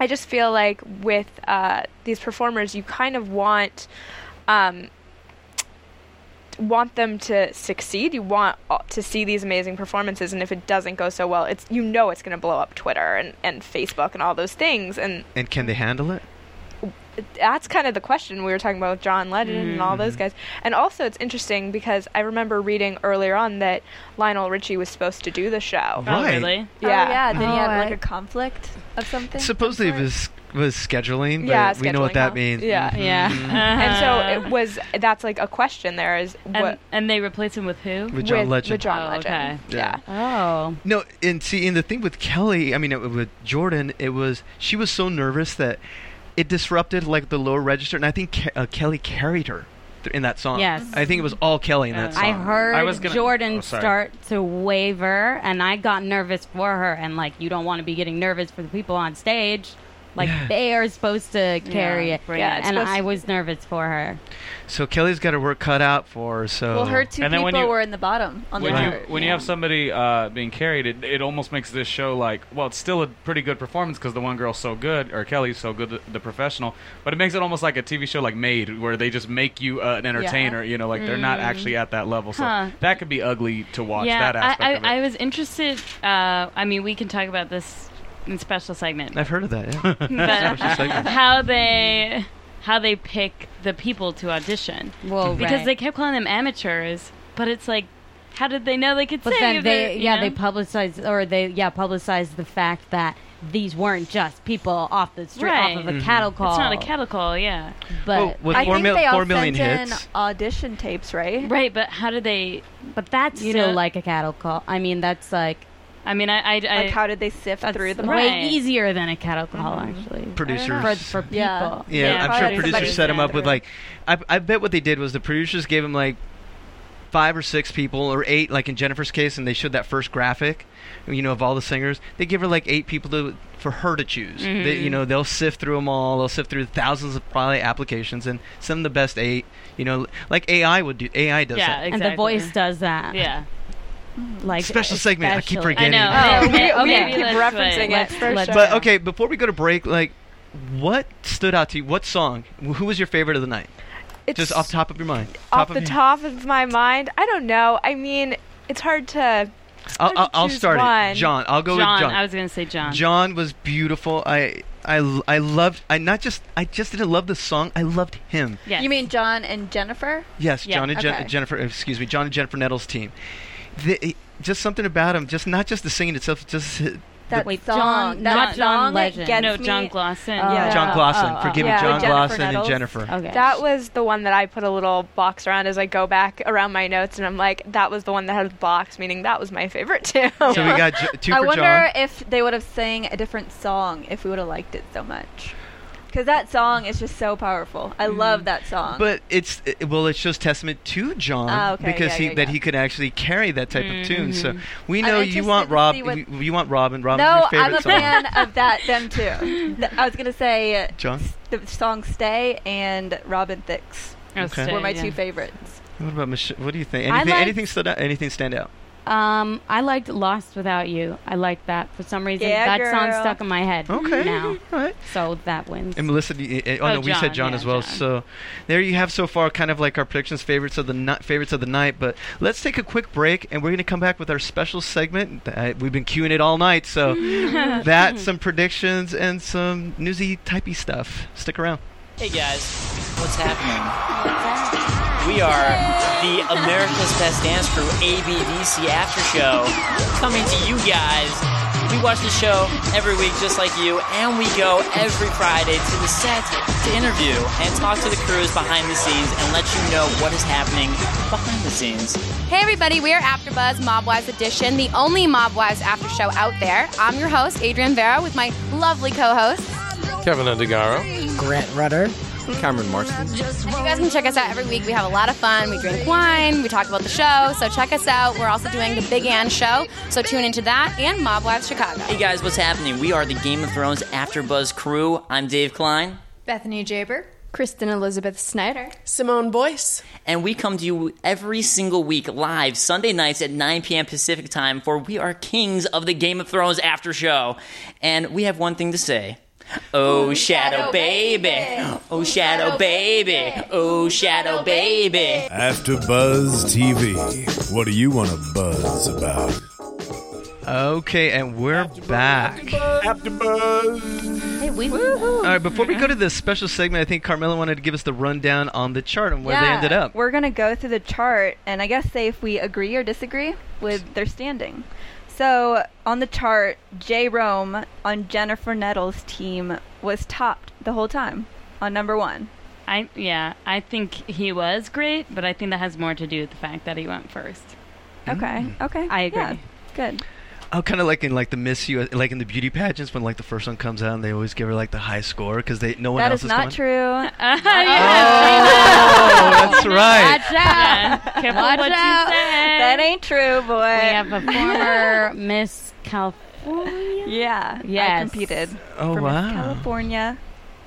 I just feel like with uh, these performers, you kind of want um, want them to succeed. You want all- to see these amazing performances, and if it doesn't go so well, it's you know it's going to blow up Twitter and, and Facebook and all those things. And And can they handle it? that's kind of the question we were talking about with John Legend and all Mm-hmm. those guys. And also, it's interesting because I remember reading earlier on that Lionel Richie was supposed to do the show. Oh, Right. really? Oh, yeah. Did he Oh, have like I- a conflict of something? Supposedly it was was scheduling, but Yeah, we know scheduling what that now. means. Yeah. Yeah. Mm-hmm. And so it was. That's like a question. There is Uh. and, what and they replace him with who? With John with, Legend. with John Oh, Legend. okay. Yeah. Oh. No, and see, and the thing with Kelly, I mean, it, with Jordan, it was she was so nervous that it disrupted like the lower register, and I think Ke- uh, Kelly carried her th- in that song. Yes. I think it was all Kelly in that Oh. song. I heard I was gonna- Jordan oh, sorry. start to waver, and I got nervous for her. And like, you don't want to be getting nervous for the people on stage. Like Yeah. they are supposed to carry it, bring Yeah, it. it's and supposed- I was nervous for her. So Kelly's got her work cut out for her. So well, her two And then people when you- were in the bottom on when the you chart, when you yeah. have somebody uh, being carried, it, it almost makes this show like well, it's still a pretty good performance because the one girl's so good or Kelly's so good, the, the professional. But it makes it almost like a TV show like Made, where they just make you uh, an entertainer. You know, like they're not actually at that level, so Mm. Huh. that could be ugly to watch. yeah, that aspect I, I, of it. I was interested. Uh, I mean, we can talk about this in special segment. I've heard of that. Yeah. but segment. how they how they pick the people to audition Well, because they kept calling them amateurs, but it's like, how did they know they could But sing? then if they, you yeah, know? they publicized or they, yeah, publicized the fact that these weren't just people off the street, Right. off of a cattle call. It's not a cattle call, yeah. but Well, with I four, think mil- they all four million sent in hits. audition tapes, right? Right, but how do they? but that's you still know- like a cattle call. I mean, that's like I mean, I, I, I Like how did they sift that's through them? way Right. easier than a cattle call, actually. Producers. for, for people. Yeah. Yeah, Yeah, I'm probably sure somebody producers set him sat up with through. like, I, I bet what they did was the producers gave him like five or six people or eight, like in Jennifer's case, and they showed that first graphic, you know, of all the singers. They give her like eight people to for her to choose. They, you know, they'll sift through them all. They'll sift through thousands of probably applications and send the best eight. You know, like AI would do. AI does yeah, that. exactly. And the voice does that. Yeah, Like Special segment. I keep especially- Getting- I know. Oh, we, Maybe we that's keep what- referencing it Let's- for let's- sure. But okay, before we go to break, like, what stood out to you? What song? Who was your favorite of the night? It's- Just off top of your mind. off of the your- top of my mind. I don't know. I mean, it's hard to. I'll, Why don't I'll, you I'll choose start one? it. John. I'll go John, with John. I was gonna say John. John was beautiful. I I l- I loved. I not just. I just didn't love the song. I loved him. Yes. You mean John and Jennifer? Yes, Yeah, John and Jen- okay. Jennifer. Excuse me, John and Jennifer Nettles' team. The, just something about him. Just not just the singing itself. Just hi- That Wait, song, John- that not song John it Legend. gets no, me- John Glosson. Oh. Yeah. John oh, Glosson. oh, Forgive oh. me, John With Uh, Jennifer Glosson and Nettles. Jennifer. Okay. That was the one that I put a little box around as I go back around my notes, and I'm like, that was the one that had a box, meaning that was my favorite too. So we got J- two I for wonder John. if they would have sang a different song if we would have liked it so much. Because that song is just so powerful. I love that song. Mm. But it's it- well, it shows testament to John Ah, okay, because yeah, he, yeah, that yeah. Mm-hmm. he could actually carry that type of tune. So we know you interested want to Rob. see what- you, you want Robin. Robin's no, your favorite I'm a song. fan of that them too. Th- I was gonna say uh, John? s- the song "Stay" and Robin Thicke's Okay. were my Uh, yeah. two favorites. What about Michelle? What do you think? I Anything, liked- anything stood out? Anything stand out? Um, I liked Lost Without You. I liked that for some reason. Yeah, that song girl. stuck in my head. Okay. Now, All right. so that wins. And Melissa, do you- eh, eh, oh, Oh, no, we John, said John yeah, as well. John. So there you have so far, kind of like our predictions, favorites of the ni- favorites of the night. But let's take a quick break, and we're going to come back with our special segment. Uh, we've been queuing it all night, so that's some predictions and some newsy typey stuff. Stick around. Hey guys, what's happening? We are the America's Best Dance Crew ABDC After Show coming to you guys We watch the show every week just like you, and we go every Friday to the set to interview and talk to the crews behind the scenes and let you know what is happening behind the scenes. Hey everybody, we are AfterBuzz MobWise Edition, the only MobWise after show out there. I'm your host, Adrian Vera, with my lovely co-hosts. Kevin Undergaro. Grant Rudder. Cameron Marston. And you guys can check us out every week. We have a lot of fun. We drink wine. We talk about the show. So check us out. We're also doing the Big Ann show. So tune into that and Mob Wives Chicago. Hey guys, what's happening? We are the Game of Thrones After Buzz crew. I'm Dave Klein. Bethany Jaber. Kristen Elizabeth Snyder. Simone Boyce. And we come to you every single week live Sunday nights at 9 p.m. Pacific time for We Are Kings of the Game of Thrones After Show. And we have one thing to say. Oh shadow baby. Oh shadow baby. Oh shadow baby. After Buzz TV, what do you want to buzz about? Okay, and we're back. After Buzz. Hey, we All right, before we go to the special segment, I think Carmela wanted to give us the rundown on the chart and where they Yeah, ended up. We're gonna go through the chart and I guess say if we agree or disagree with their standing. So on the chart, J Rome on Jennifer Nettles' team was topped the whole time on number one. I yeah, I think he was great, but I think that has more to do with the fact that he went first. Okay. Mm. Okay. I agree. Yeah, good. Oh, kind of like in like the Miss U, like in the beauty pageants when like the first one comes out and they always give her like the high score because they no one that else is not going. true. Uh-uh. Oh. Oh, that's right. Watch out. Careful Watch what you out. say. That ain't true, boy. We have a former Miss California. Yeah. I Yes. competed. Oh for Miss wow. California.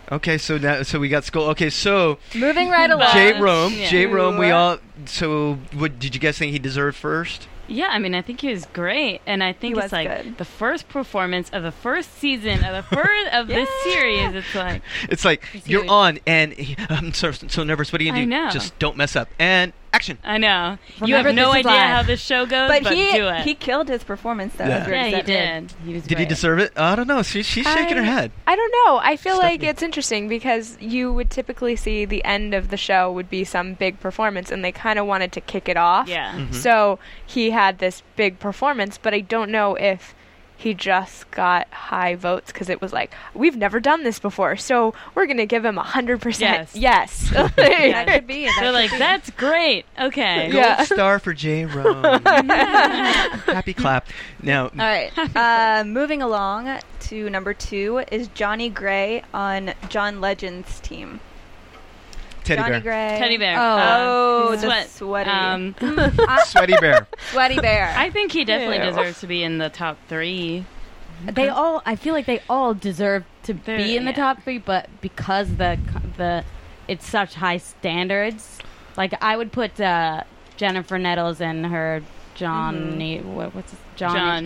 Okay, so now so we got school. Okay, so Moving right along. J Rome, yeah. J Rome, we all. So what did you guys think he deserved first? Yeah, I mean, I think he was great, and I think He was it's like good. the first performance of the first season of the first of this series. It's like It's like It's you're huge. on, and he- I'm so, so nervous. What do you do? I know. Just don't mess up and action. I know you Remember, have no this is idea live. how this show goes, but, But, he do it. he killed his performance though. Yeah. as we yeah, he said. did. He was Did he great. deserve it? I don't know. She, she's shaking I- her head. I don't know. I feel like Stephanie. it's interesting because you would typically see the end of the show would be some big performance, and they kind of wanted to kick it off. Yeah. Mm-hmm. Mhm. So he had this big performance, but I don't know if he just got high votes because it was like we've never done this before, so we're gonna give him a hundred percent. Yes. That could be. That They're could like, be. that's great. Okay. Yeah. Gold star for J Rome. Happy clap. Now, All right. Uh, moving along to number two is Johnny Gray on John Legend's team. teddy Johnny bear, Gray. Teddy bear. Oh. Oh, Um, the sweaty. Um, sweaty bear. Sweaty bear. I think he definitely Ew. deserves to be in the top three. They all. I feel like they all deserve to They're- be in the yeah. top three, but because the the it's such high standards, like I would put uh, Jennifer Nettles and her Johnny. What, what's his, Johnny,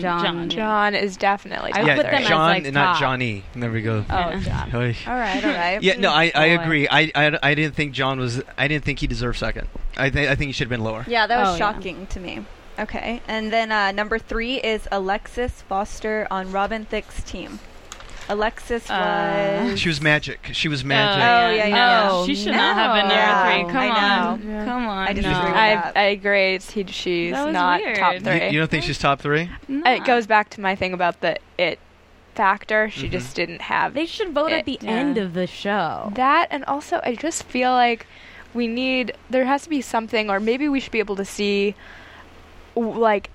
Mm-hmm. John- John. John. John is definitely. I top would yeah, put there. them as, John, like, not top. Johnny. There we go. Oh, John. Oy. all right, all right. Yeah, no, I, I boy. agree. I, I, I didn't think John was. I didn't think he deserved second. I think I think he should have been lower. Yeah, that was Oh, yeah. shocking to me. Okay, and then uh, number three is Alexis Foster on Robin Thicke's team. Alexis Uh, was. She was magic. She was Oh, magic. yeah, yeah, Oh, yeah. She should not have been number Yeah, three. Come I on. know. Come on. I disagree with no. I, that. I agree. It's he, she's That was not weird. top You- three. You, you don't think she's top three? It goes back to my thing about the it factor. She just didn't have They should vote at It- the yeah. end of the show. that, and also I just feel like we need there has to be something, or maybe we should be able to see w- like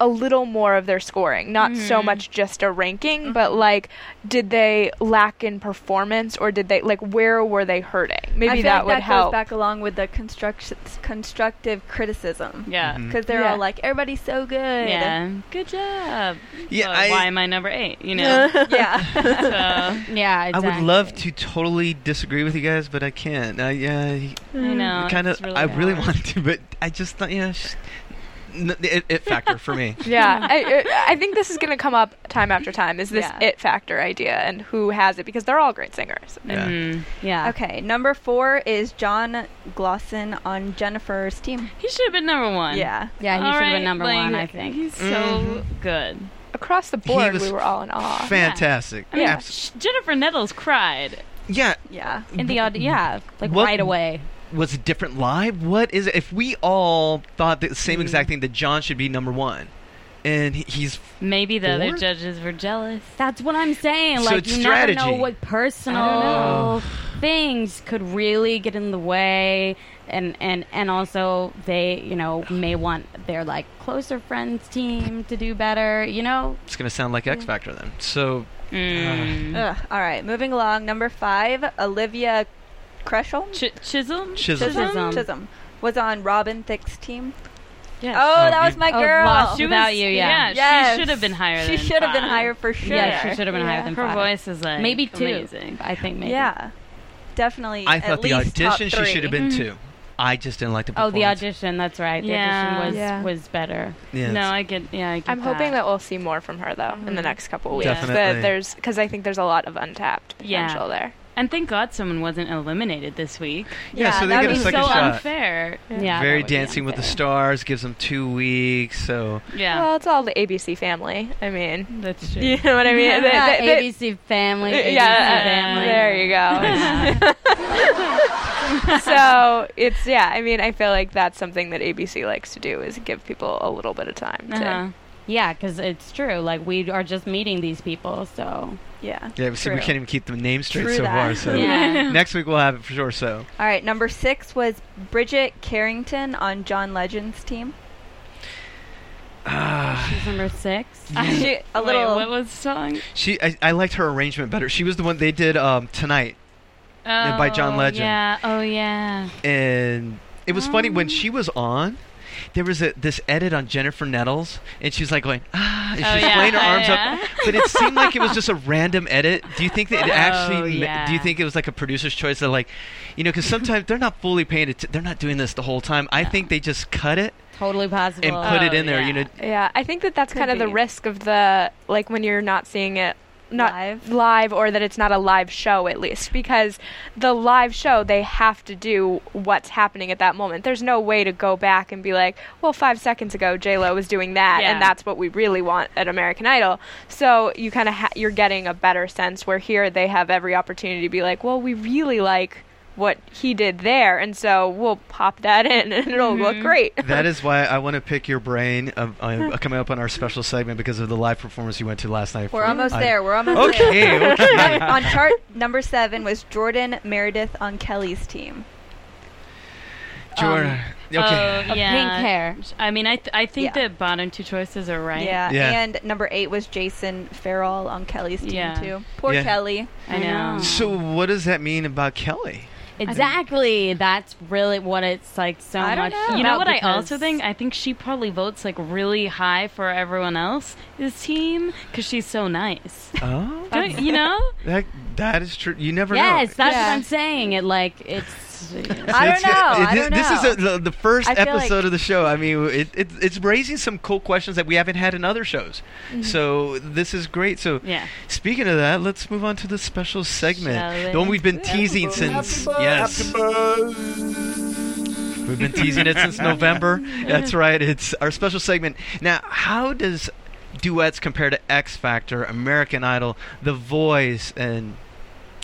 a little more of their scoring, not so much just a ranking, but like did they lack in performance, or did they like where were they hurting? Maybe I feel that like would that help. goes back along with the construction constructive criticism. Yeah. Mm-hmm. because they're Yeah. all like, everybody's so good. Yeah. Good job. Yeah, So I- why am I number eight? You know. yeah. so Yeah, I would love to totally disagree with you guys, but I can't. I, yeah, he- you know. kind of. it's Oh, really I hard. really wanted to, but I just thought, yeah, sh- n- it, it factor for me. Yeah, I, I I think this is going to come up time after time. Is this Yeah. it factor idea and who has it? Because they're all great singers. Yeah. Mm. Yeah. okay, number four is John Glosson on Jennifer's team. He should have been number one. Yeah. Yeah, he All should have right, been number like, one, I think. He's so good. Across the Mm. He board, was we were all in awe. Fantastic. I mean, Yeah. sh- Jennifer Nettles cried. yeah. Yeah. In the odd, yeah, like What- right away. Was it different live? What is it? If we all thought the same exact thing that John should be number one, and he- he's Maybe the other Four? judges were jealous. That's what I'm saying. So Like it's you never know strategy. Oh. what personal I don't know. things could really get in the way, and and and also they you know may want their like closer friends team to do better. You know, it's gonna sound like X Factor then. So uh, Ugh. All right, moving along. Number five, Olivia Kreschel? Chisholm? Chisholm. Chisholm. Chisholm. Chisholm. Was on Robin Thicke's team. Yes. Oh, Oh, that was you- my Oh, girl. lost She without was- you, yeah. yeah, she should have been higher She than should have been five. higher for sure. Yeah, she should have been higher than Her five. voice is like maybe two. amazing. I think maybe. Yeah, definitely. I at thought the least top audition she should have been three. two. I just didn't like the Oh, performance. the audition. That's right. The Yeah. audition was Yeah. was better. Yeah. No, I get. Yeah, I get I'm hoping that. that we'll see more from her though in Mm-hmm. the next couple weeks. Definitely. That there's because I think there's a lot of untapped Yeah. potential there. And thank God someone wasn't eliminated this week. Yeah, Yeah, so they that get a would be second so so shot. unfair. Very Dancing with the Stars gives them two weeks. So Yeah. Well, it's all the ABC family. I mean, that's true. You know what I mean? Yeah, They- they- they- ABC Family. Yeah, ABC yeah, uh, Family. there you go. so it's yeah. I mean, I feel like that's something that ABC likes to do is give people a little bit of time. To, Uh-huh. Yeah, because it's true. Like we are just meeting these people, so yeah. yeah, see, we can't even keep the name straight True so that. far. So Yeah. next week we'll have it for sure. So All right, number six was Bridget Carrington on John Legend's team. She's number six. She- a Wait, little. what was the song? she, I, I liked her arrangement better. She was the one they did um, tonight. Yeah, by John Oh, Legend. Yeah. Oh yeah. and it was funny when she was on. There was a, this edit on Jennifer Nettles, and she was like going, ah, and she Oh, was yeah. playing her Oh, arms yeah. up. But it seemed like it was just a random edit. Do you think that it Oh, actually? ma- Do yeah. you think it was like a producer's choice that like, you know, because sometimes they're not fully paying it. They're not doing this the whole time. I think they just cut it Totally possible. and put it in there. You know, Yeah, I think that that's Could kind of the be. risk of the like when you're not seeing it not live. or that it's not a live show at least because the live show they have to do what's happening at that moment. There's no way to go back and be like, well, 5 seconds ago J Lo was doing that Yeah. and that's what we really want at American Idol. So you kind of ha- you're getting a better sense where here they have every opportunity to be like, well, we really like what he did there and so we'll pop that in and it'll look great. that is why I want to pick your brain of uh, coming up on our special segment because of the live performance you went to last night. We're for- almost I- there. We're almost okay, there. okay. on chart number seven was Jordan Meredith on Kelly's team. Jordan. okay. Oh, yeah. pink hair. I mean, I th- I think Yeah. the bottom two choices are right. Yeah. Yeah. And number eight was Jason Farrell on Kelly's team Yeah. too. Poor Yeah. Kelly. I know. So what does that mean about Kelly? Uh, exactly. That's really what it's like. So I don't much. know. about You know what I Oh, because- also think? I think she probably votes like really high for everyone else this team because she's so nice. Oh, Don't, you know? that that is true. You never know. Yes, that's Yeah. what I'm saying. It like it's. you know. I don't It's- know. I it- don't this know. is a, the, the first I feel episode like- of the show. I mean, it, it, it's raising some cool questions that we haven't had in other shows. Mm-hmm. So this is great. So Yeah. speaking of that, let's move on to the special Shall segment, we? the one we've been teasing since. Yes, we've been teasing it since November. That's right. It's our special segment. Now, how does duets compare to X Factor, American Idol, The Voice, and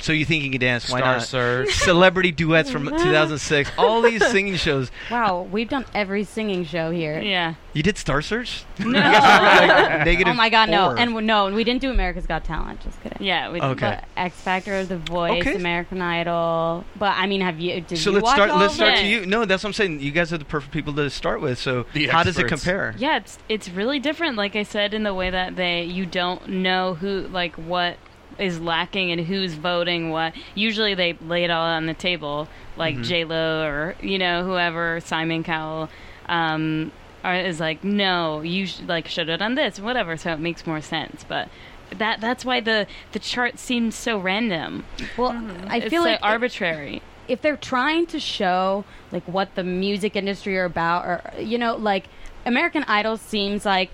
so you think you can dance? Why Star not? Search. celebrity duets from 2006. All these singing shows. Wow, we've done every singing show here. Yeah. You did Star Search? No. you guys were like negative Oh my God, no, four. and w- no, and we didn't do America's Got Talent. Just kidding. Yeah. We, okay. But X Factor, The Voice, Okay. American Idol. But I mean, have you? Did So you let's watch start. all Let's of start to it? you. No, that's what I'm saying. You guys are the perfect people to start with. So The how does it experts. compare? Yeah, it's it's really different. Like I said, in the way that they you don't know who like what is lacking and who's voting what. Usually they lay it all on the table, like Mm-hmm. J Lo or you know whoever Simon Cowell. Um, are, is like no, you sh- like should have done this, whatever. So it makes more sense, but. That that's why the the chart seems so random. Well, Mm-hmm. I It's feel so like it- arbitrary. if they're trying to show like what the music industry are about or you know like american idol seems like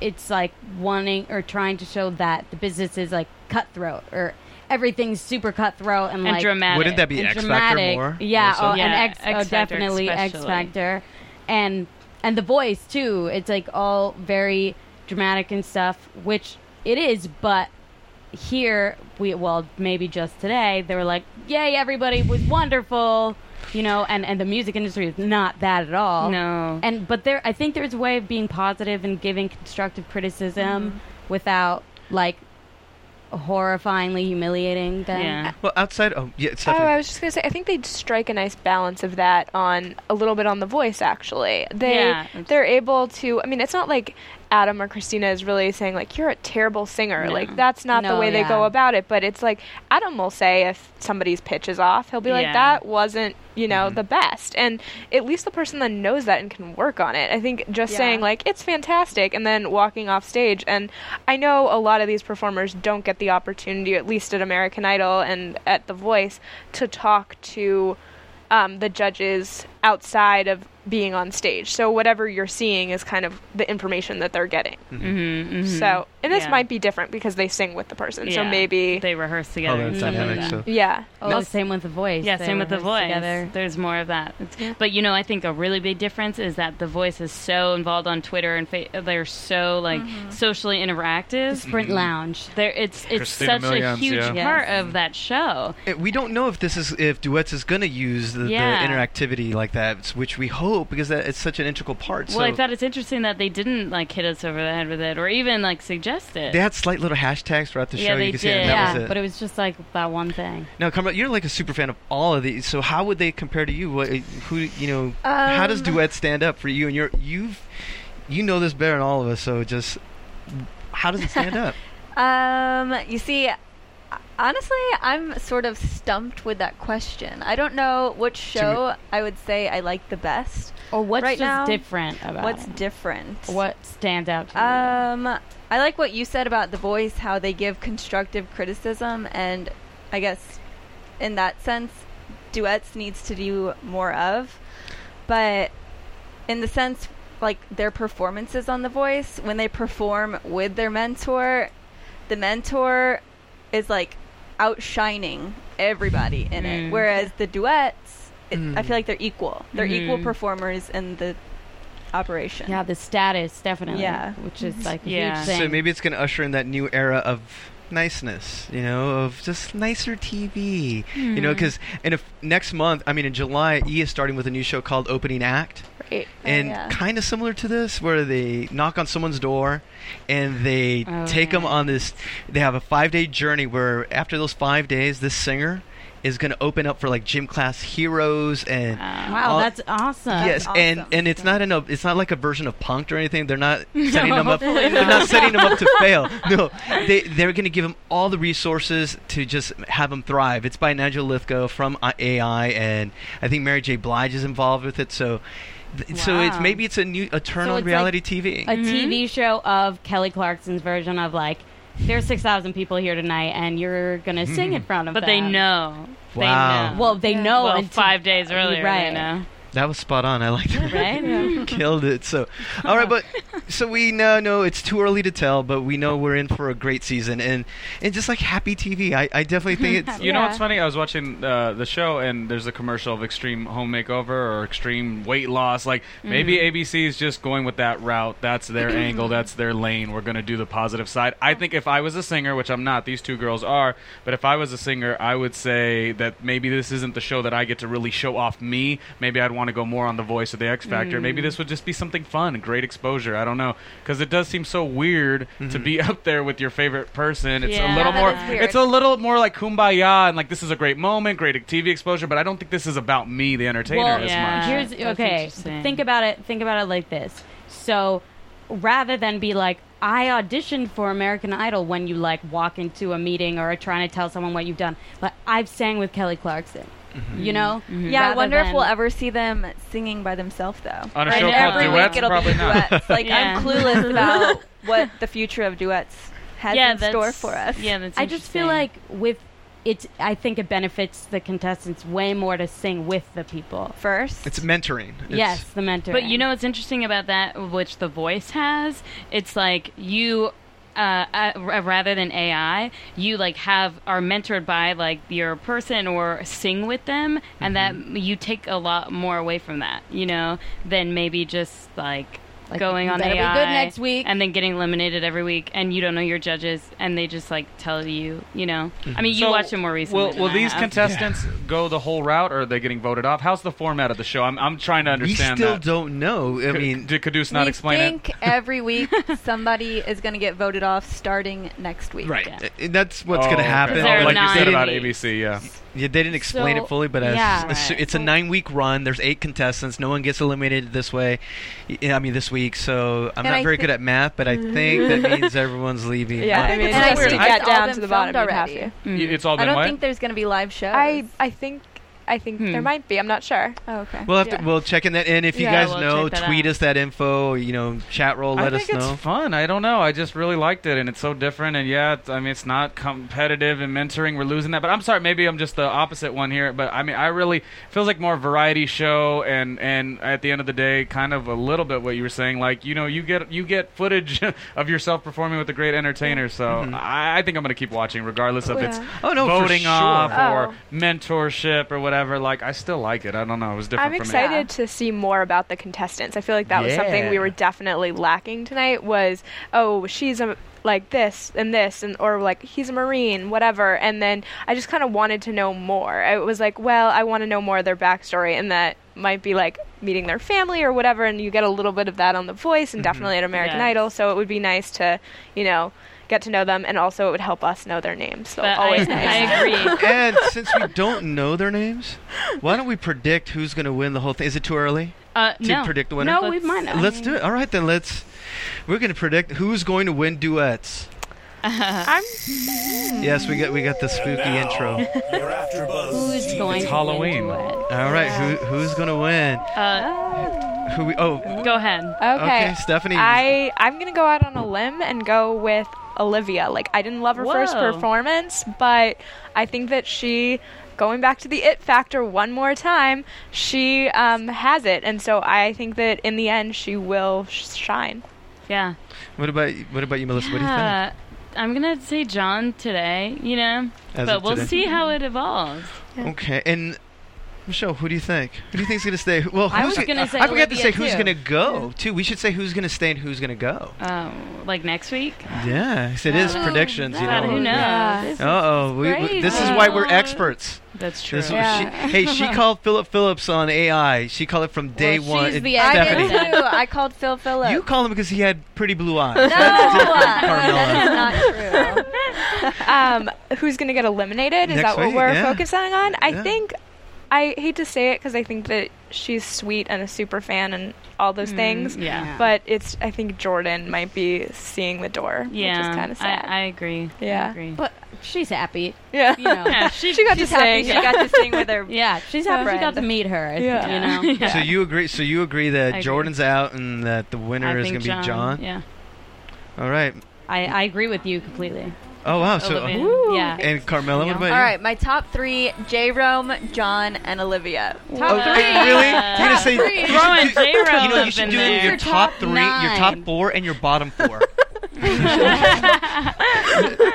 it's like wanting or trying to show that the business is like cutthroat or everything's super cutthroat and, And like dramatic. Wouldn't that be and X Factor dramatic. more? yeah, Or so- oh, and Yeah, x, X oh, Factor definitely x especially. factor and and the voice too it's like all very dramatic and stuff which it is but here we well maybe just today they were like yay everybody was wonderful you know, and, and the music industry is not that at all. No. Oh. And but there I think there's a way of being positive and giving constructive Mm-hmm. criticism without like horrifyingly humiliating them. Well, outside. Oh, yeah, it's Oh, I was just gonna say. I think they strike a nice balance of that on a little bit on the voice. Actually, they Yeah. they're able to. I mean, it's not like Adam or Christina is really saying like you're a terrible singer. No. Like that's not No, the way yeah. they go about it. But it's like Adam will say if somebody's pitch is off, he'll be like Yeah. that wasn't you know Mm-hmm. the best. And at least the person then knows that and can work on it. I think just Yeah. saying like it's fantastic and then walking off stage. And I know a lot of these performers don't get the opportunity, at least at American Idol and at The Voice, to talk to um, the judges outside of being on stage. So whatever you're seeing is kind of the information that they're getting. Mm-hmm, So, and this Yeah. might be different because they sing with the person. So Yeah. maybe they rehearse Oh, together. and Oh, that's stuff like dynamic, that. so- Yeah. Oh, No. same with the voice. Yeah, They same with the rehearse voice. together. There's more of that. It's- But you know, I think a really big difference is that the voice is so involved on Twitter and fa- they're so like socially interactive. Mm-hmm. Sprint Mhm. Lounge. There, it's it's Christina such Milian's, a huge yeah. part of that show. Uh, We don't know if this is if duets is gonna use the, Yeah. the interactivity like that, s- which we hope because that it's such an integral part. Well, so I thought it's interesting that they didn't like hit us over the head with it, or even like suggest it. they had slight little hashtags throughout the Yeah, show. they you could see, and did. that Yeah, was it. But it was just like that one thing. now, Carmel, you're like a super fan of all of these. So how would they compare to you? What, eh, who you know? how does Um, duet stand up for you? And you're you've you know this better than all of us. So just how does it stand up? Um, you see, honestly, I'm sort of stumped with that question. I don't know which we- show I would say I like the best. Or what's right just now. different about What's it? different? What stands out to you? Um, I like what you said about The Voice, how they give constructive criticism, and I guess in that sense, duets needs to do more of. But in the sense, like their performances on The Voice, when they perform with their mentor, the mentor is like outshining everybody in Mm. it. Whereas the duets, it, I Mm. feel like they're equal. They're equal Mhm. performers in the operation. yeah, the status definitely. Yeah. which is like a Yeah. huge thing. So maybe it's going to usher in that new era of niceness, you know, of just nicer TV, you know, Mhm. because and if next month, I mean, in July, E is starting with a new show called Opening Act. Right. Oh, And kind of similar to this, where they knock on someone's door, and they Oh, take them on this. They have a five-day journey where, after those five days, this singer is going to open up for like gym class heroes and wow, all- that's awesome. yes, and and it's not in a, it's not like a version of punked or anything. They're not No, setting them up. hopefully They're not. not setting them up to fail. No, they they're going to give them all the resources to just have them thrive. It's by Nigel Lithgow from uh, AI, and I think Mary J. Blige is involved with it. So, th- so it's Wow. maybe it's a new a turn So on it's reality like TV. Mm-hmm. A TV show of Kelly Clarkson's version of like, there's 6,000 people here tonight and you're going to sing in front of Mm-hmm. But them. they know. They Wow. know. Well, they know. Well, until- five days earlier, Right. they know. That was spot on. I like that. Right? Yeah. Killed it. So, all right, but so we now know it's too early to tell, but we know we're in for a great season, and and just like happy TV, I, I definitely think it's You know what's funny? I was watching uh, the show and there's a commercial of Extreme Home Makeover or Extreme Weight Loss. Like maybe Mm-hmm. ABC is just going with that route. That's their angle. That's their lane. We're gonna do the positive side. I think if I was a singer, which I'm not, these two girls are, but if I was a singer, I would say that maybe this isn't the show that I get to really show off me. Maybe I'd want to go more on The Voice or The X Factor. Mm. Maybe this would just be something fun, great exposure. I don't know, because it does seem so weird to be up there with your favorite person. It's Yeah. a little That more. is weird. It's a little more like kumbaya and like this is a great moment, great TV exposure, but I don't think this is about me, the entertainer, well, as much. here's That's okay. interesting. Think about it. Think about it like this. So, rather than be like, I auditioned for American Idol when you like walk into a meeting or are trying to tell someone what you've done, like I've sang with Kelly Clarkson. Mm-hmm. You know? Yeah, I Rather wonder if than- we'll ever see them singing by themselves though. On a Like, show called every Duets? week it'll Probably be not. duets. Like Yeah. I'm clueless about what the future of duets has Yeah, in store that's- for us. yeah, that's I just feel like with it, I think it benefits the contestants way more to sing with the people first. it's mentoring. It's- yes, the mentor. But you know what's interesting about that, which the voice has? It's like you. Uh, uh, r- rather than AI, you like have are mentored by like your person or sing with them, and that you take a lot more away from that, you know, than maybe just like Like, going you on better be AI good next week, and then getting eliminated every week, and you don't know your judges, and they just like tell you, you know. I mean, you So, watch them more recently. Will, than will I Mm-hmm. these have. contestants go the whole route, or are they getting voted off? How's the format of the show? I'm, I'm trying to We understand. still that. don't know. I mean, did Caduce not explain it? think every week somebody is going to get voted off starting next week. Uh, That's what's Oh, going to okay. happen. There are Like you said nine about weeks. ABC, yeah. Yeah, they didn't explain So- it fully, but I yeah. assu- it's a nine-week run. There's eight contestants. No one gets eliminated this way. y- I mean, this week. So I'm And not I very thi- good at math, but I think that means everyone's leaving. Yeah, But- I mean, And I it's think weird. that's Get all down been to the bottom, filmed you'd have already. Y- It's all I been don't what? think there's going to be live shows. I I think I think Hmm. there might be. I'm not sure. Oh, okay. We'll have to we'll check in that in. If you Yeah, guys we'll know, check that tweet us that info. You know, chat roll. I Let think us know. it's fun. I don't know. I just really liked it, and it's so different. And yeah, it's, I mean, it's not competitive and mentoring. We're losing that, but I'm sorry. Maybe I'm just the opposite one here. But I mean, I really feels like more variety show, and and at the end of the day, kind of a little bit what you were saying. Like you know, you get you get footage of yourself performing with a great entertainer. So I, I think I'm gonna keep watching, regardless of Yeah. it's Mm-hmm. Oh, no, for voting sure. off Oh. or mentorship or whatever. Like I still like it. I don't know. It was different. I'm for me. excited to see more about the contestants. I feel like that was something we Yeah. were definitely lacking tonight was oh she's a like this and this and or like he's a marine whatever and then I just kind of wanted to know more. It was like well I want to know more of their backstory and that might be like meeting their family or whatever and you get a little bit of that on The Voice Mm-hmm. and definitely at American Yes. Idol so it would be nice to you know get to know them and also it would help us know their names. So But I- always nice. I agree. and since we don't know their names, why don't we predict who's going to win the whole thing? Is it too early Uh, to no. predict the winner? No, we Let's- might not. Let's do it. All right, then let's. We're going to predict who's going to win duets. I'm Yes, we got we got the spooky intro. Who's going? to Halloween. All right, who who's going to win? Uh, Who we? Oh, go ahead. Okay. Okay, Stephanie. I I'm gonna go out on a limb and go with Olivia. Like I didn't love her first Whoa. performance, but I think that she, going back to the it factor one more time, she um, has it, and so I think that in the end she will sh- shine. Yeah. what about what about you, Melissa? What do you think? Yeah, I'm gonna say John today, you know, As but of we'll today. see how it evolves. Okay, and Michelle, who do you think? Who do you think's gonna stay? Well, who's I was gonna say I forgot to Olivia, say who's too. gonna go too. We should say who's gonna stay and who's gonna go. Um, like next week. Yeah, it is predictions. You know. But Oh, who knows? Uh oh, we, we- this is why we're experts. That's This is- true. Yeah. she, hey, she called Philip Phillips on AI. She called it from day Well, one. she's and the I Stephanie. did too. I called Phil Phillips. You called him because he had pretty blue eyes. No, That's different, that is Carmella. not true. um, who's gonna get eliminated? Is Next that what week, we're yeah. focusing on? I Yeah. think. I hate to say it because I think that she's sweet and a super fan and all those Mm, things. yeah. Yeah. But it's I think Jordan might be seeing the door, which Yeah, is kind of I- sad. I, agree. I Yeah. agree. But she's happy. Yeah. You know. Yeah, she- She got to she's happy sing. she got to sing with her. Yeah, she's happy she got friend. to meet her. Yeah. You know. So you agree? So you agree that agree. Jordan's out and that the winner is gonna be John? Yeah. All right. I, I agree with you completely. Oh wow. So Olivia. Woo. Yeah. And Carmela, what about you? All right, my top three: J. Rome, John, and Olivia. Oh, Top hey, really? Uh, You're gonna say three. you should Throwing do- J-Ro You know, up you should in do there. your Your top top three, your top nine. four, and your bottom four. who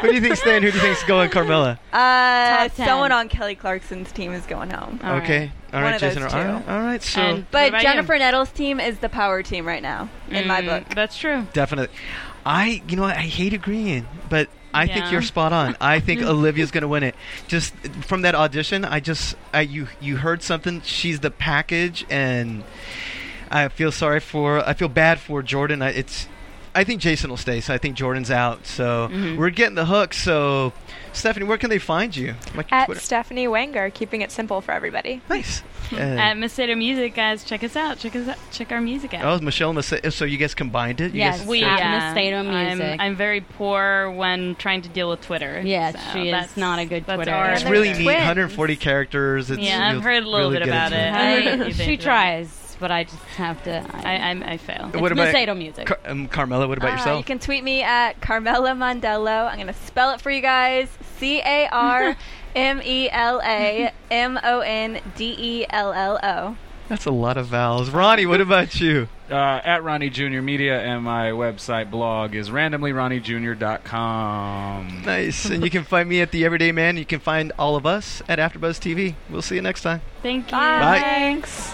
do you think's staying? Who do you think's going, Carmela? Uh, ten. someone on Kelly Clarkson's team is going home. okay. All One right, of Jason. those all two. right. All right. So But about you? Jennifer Nettles' team is the power team right now, in my book. Mm, That's true. definitely, I you know what, I hate agreeing, but I Yeah. think you're spot on. I think Olivia's gonna win it. Just from that audition, I just I, you you heard something. She's the package, and I feel sorry for I feel bad for Jordan. I, it's I think Jason will stay, so I think Jordan's out. So Mm-hmm. Mhm. we're getting the hook. So Stephanie, where can they find you? Like your At Twitter. Stephanie Wanger, keeping it simple for everybody. Nice. And- At Misato Music, guys, check us out. Check us out. Check our music out. Oh, Michelle Massa- So you guys combined it? You guys- Um, we at yeah. Misato Music. I'm, I'm very poor when trying to deal with Twitter. Yes, so she is that's- not a good that's Twitter. our- It's really neat. 140 characters. It's, Yeah, I've you'll heard a little really bit get about into it. I, she think that- tries, but I just have to. I, I I, I fail. It's What about Misato music. Car- um, Carmela, what about Uh, yourself? You can tweet me at Carmela Mondello. I'm going to spell it for you guys C A R M E L A M O N D E L L O. That's a lot of vowels. Ronnie, what about you? Uh, at Ronnie Jr. Media and my website blog is randomlyronniejr.com. Nice. And you can find me at The Everyday Man. You can find all of us at AfterBuzz TV. We'll see you next time. Thank you. Bye. Thanks.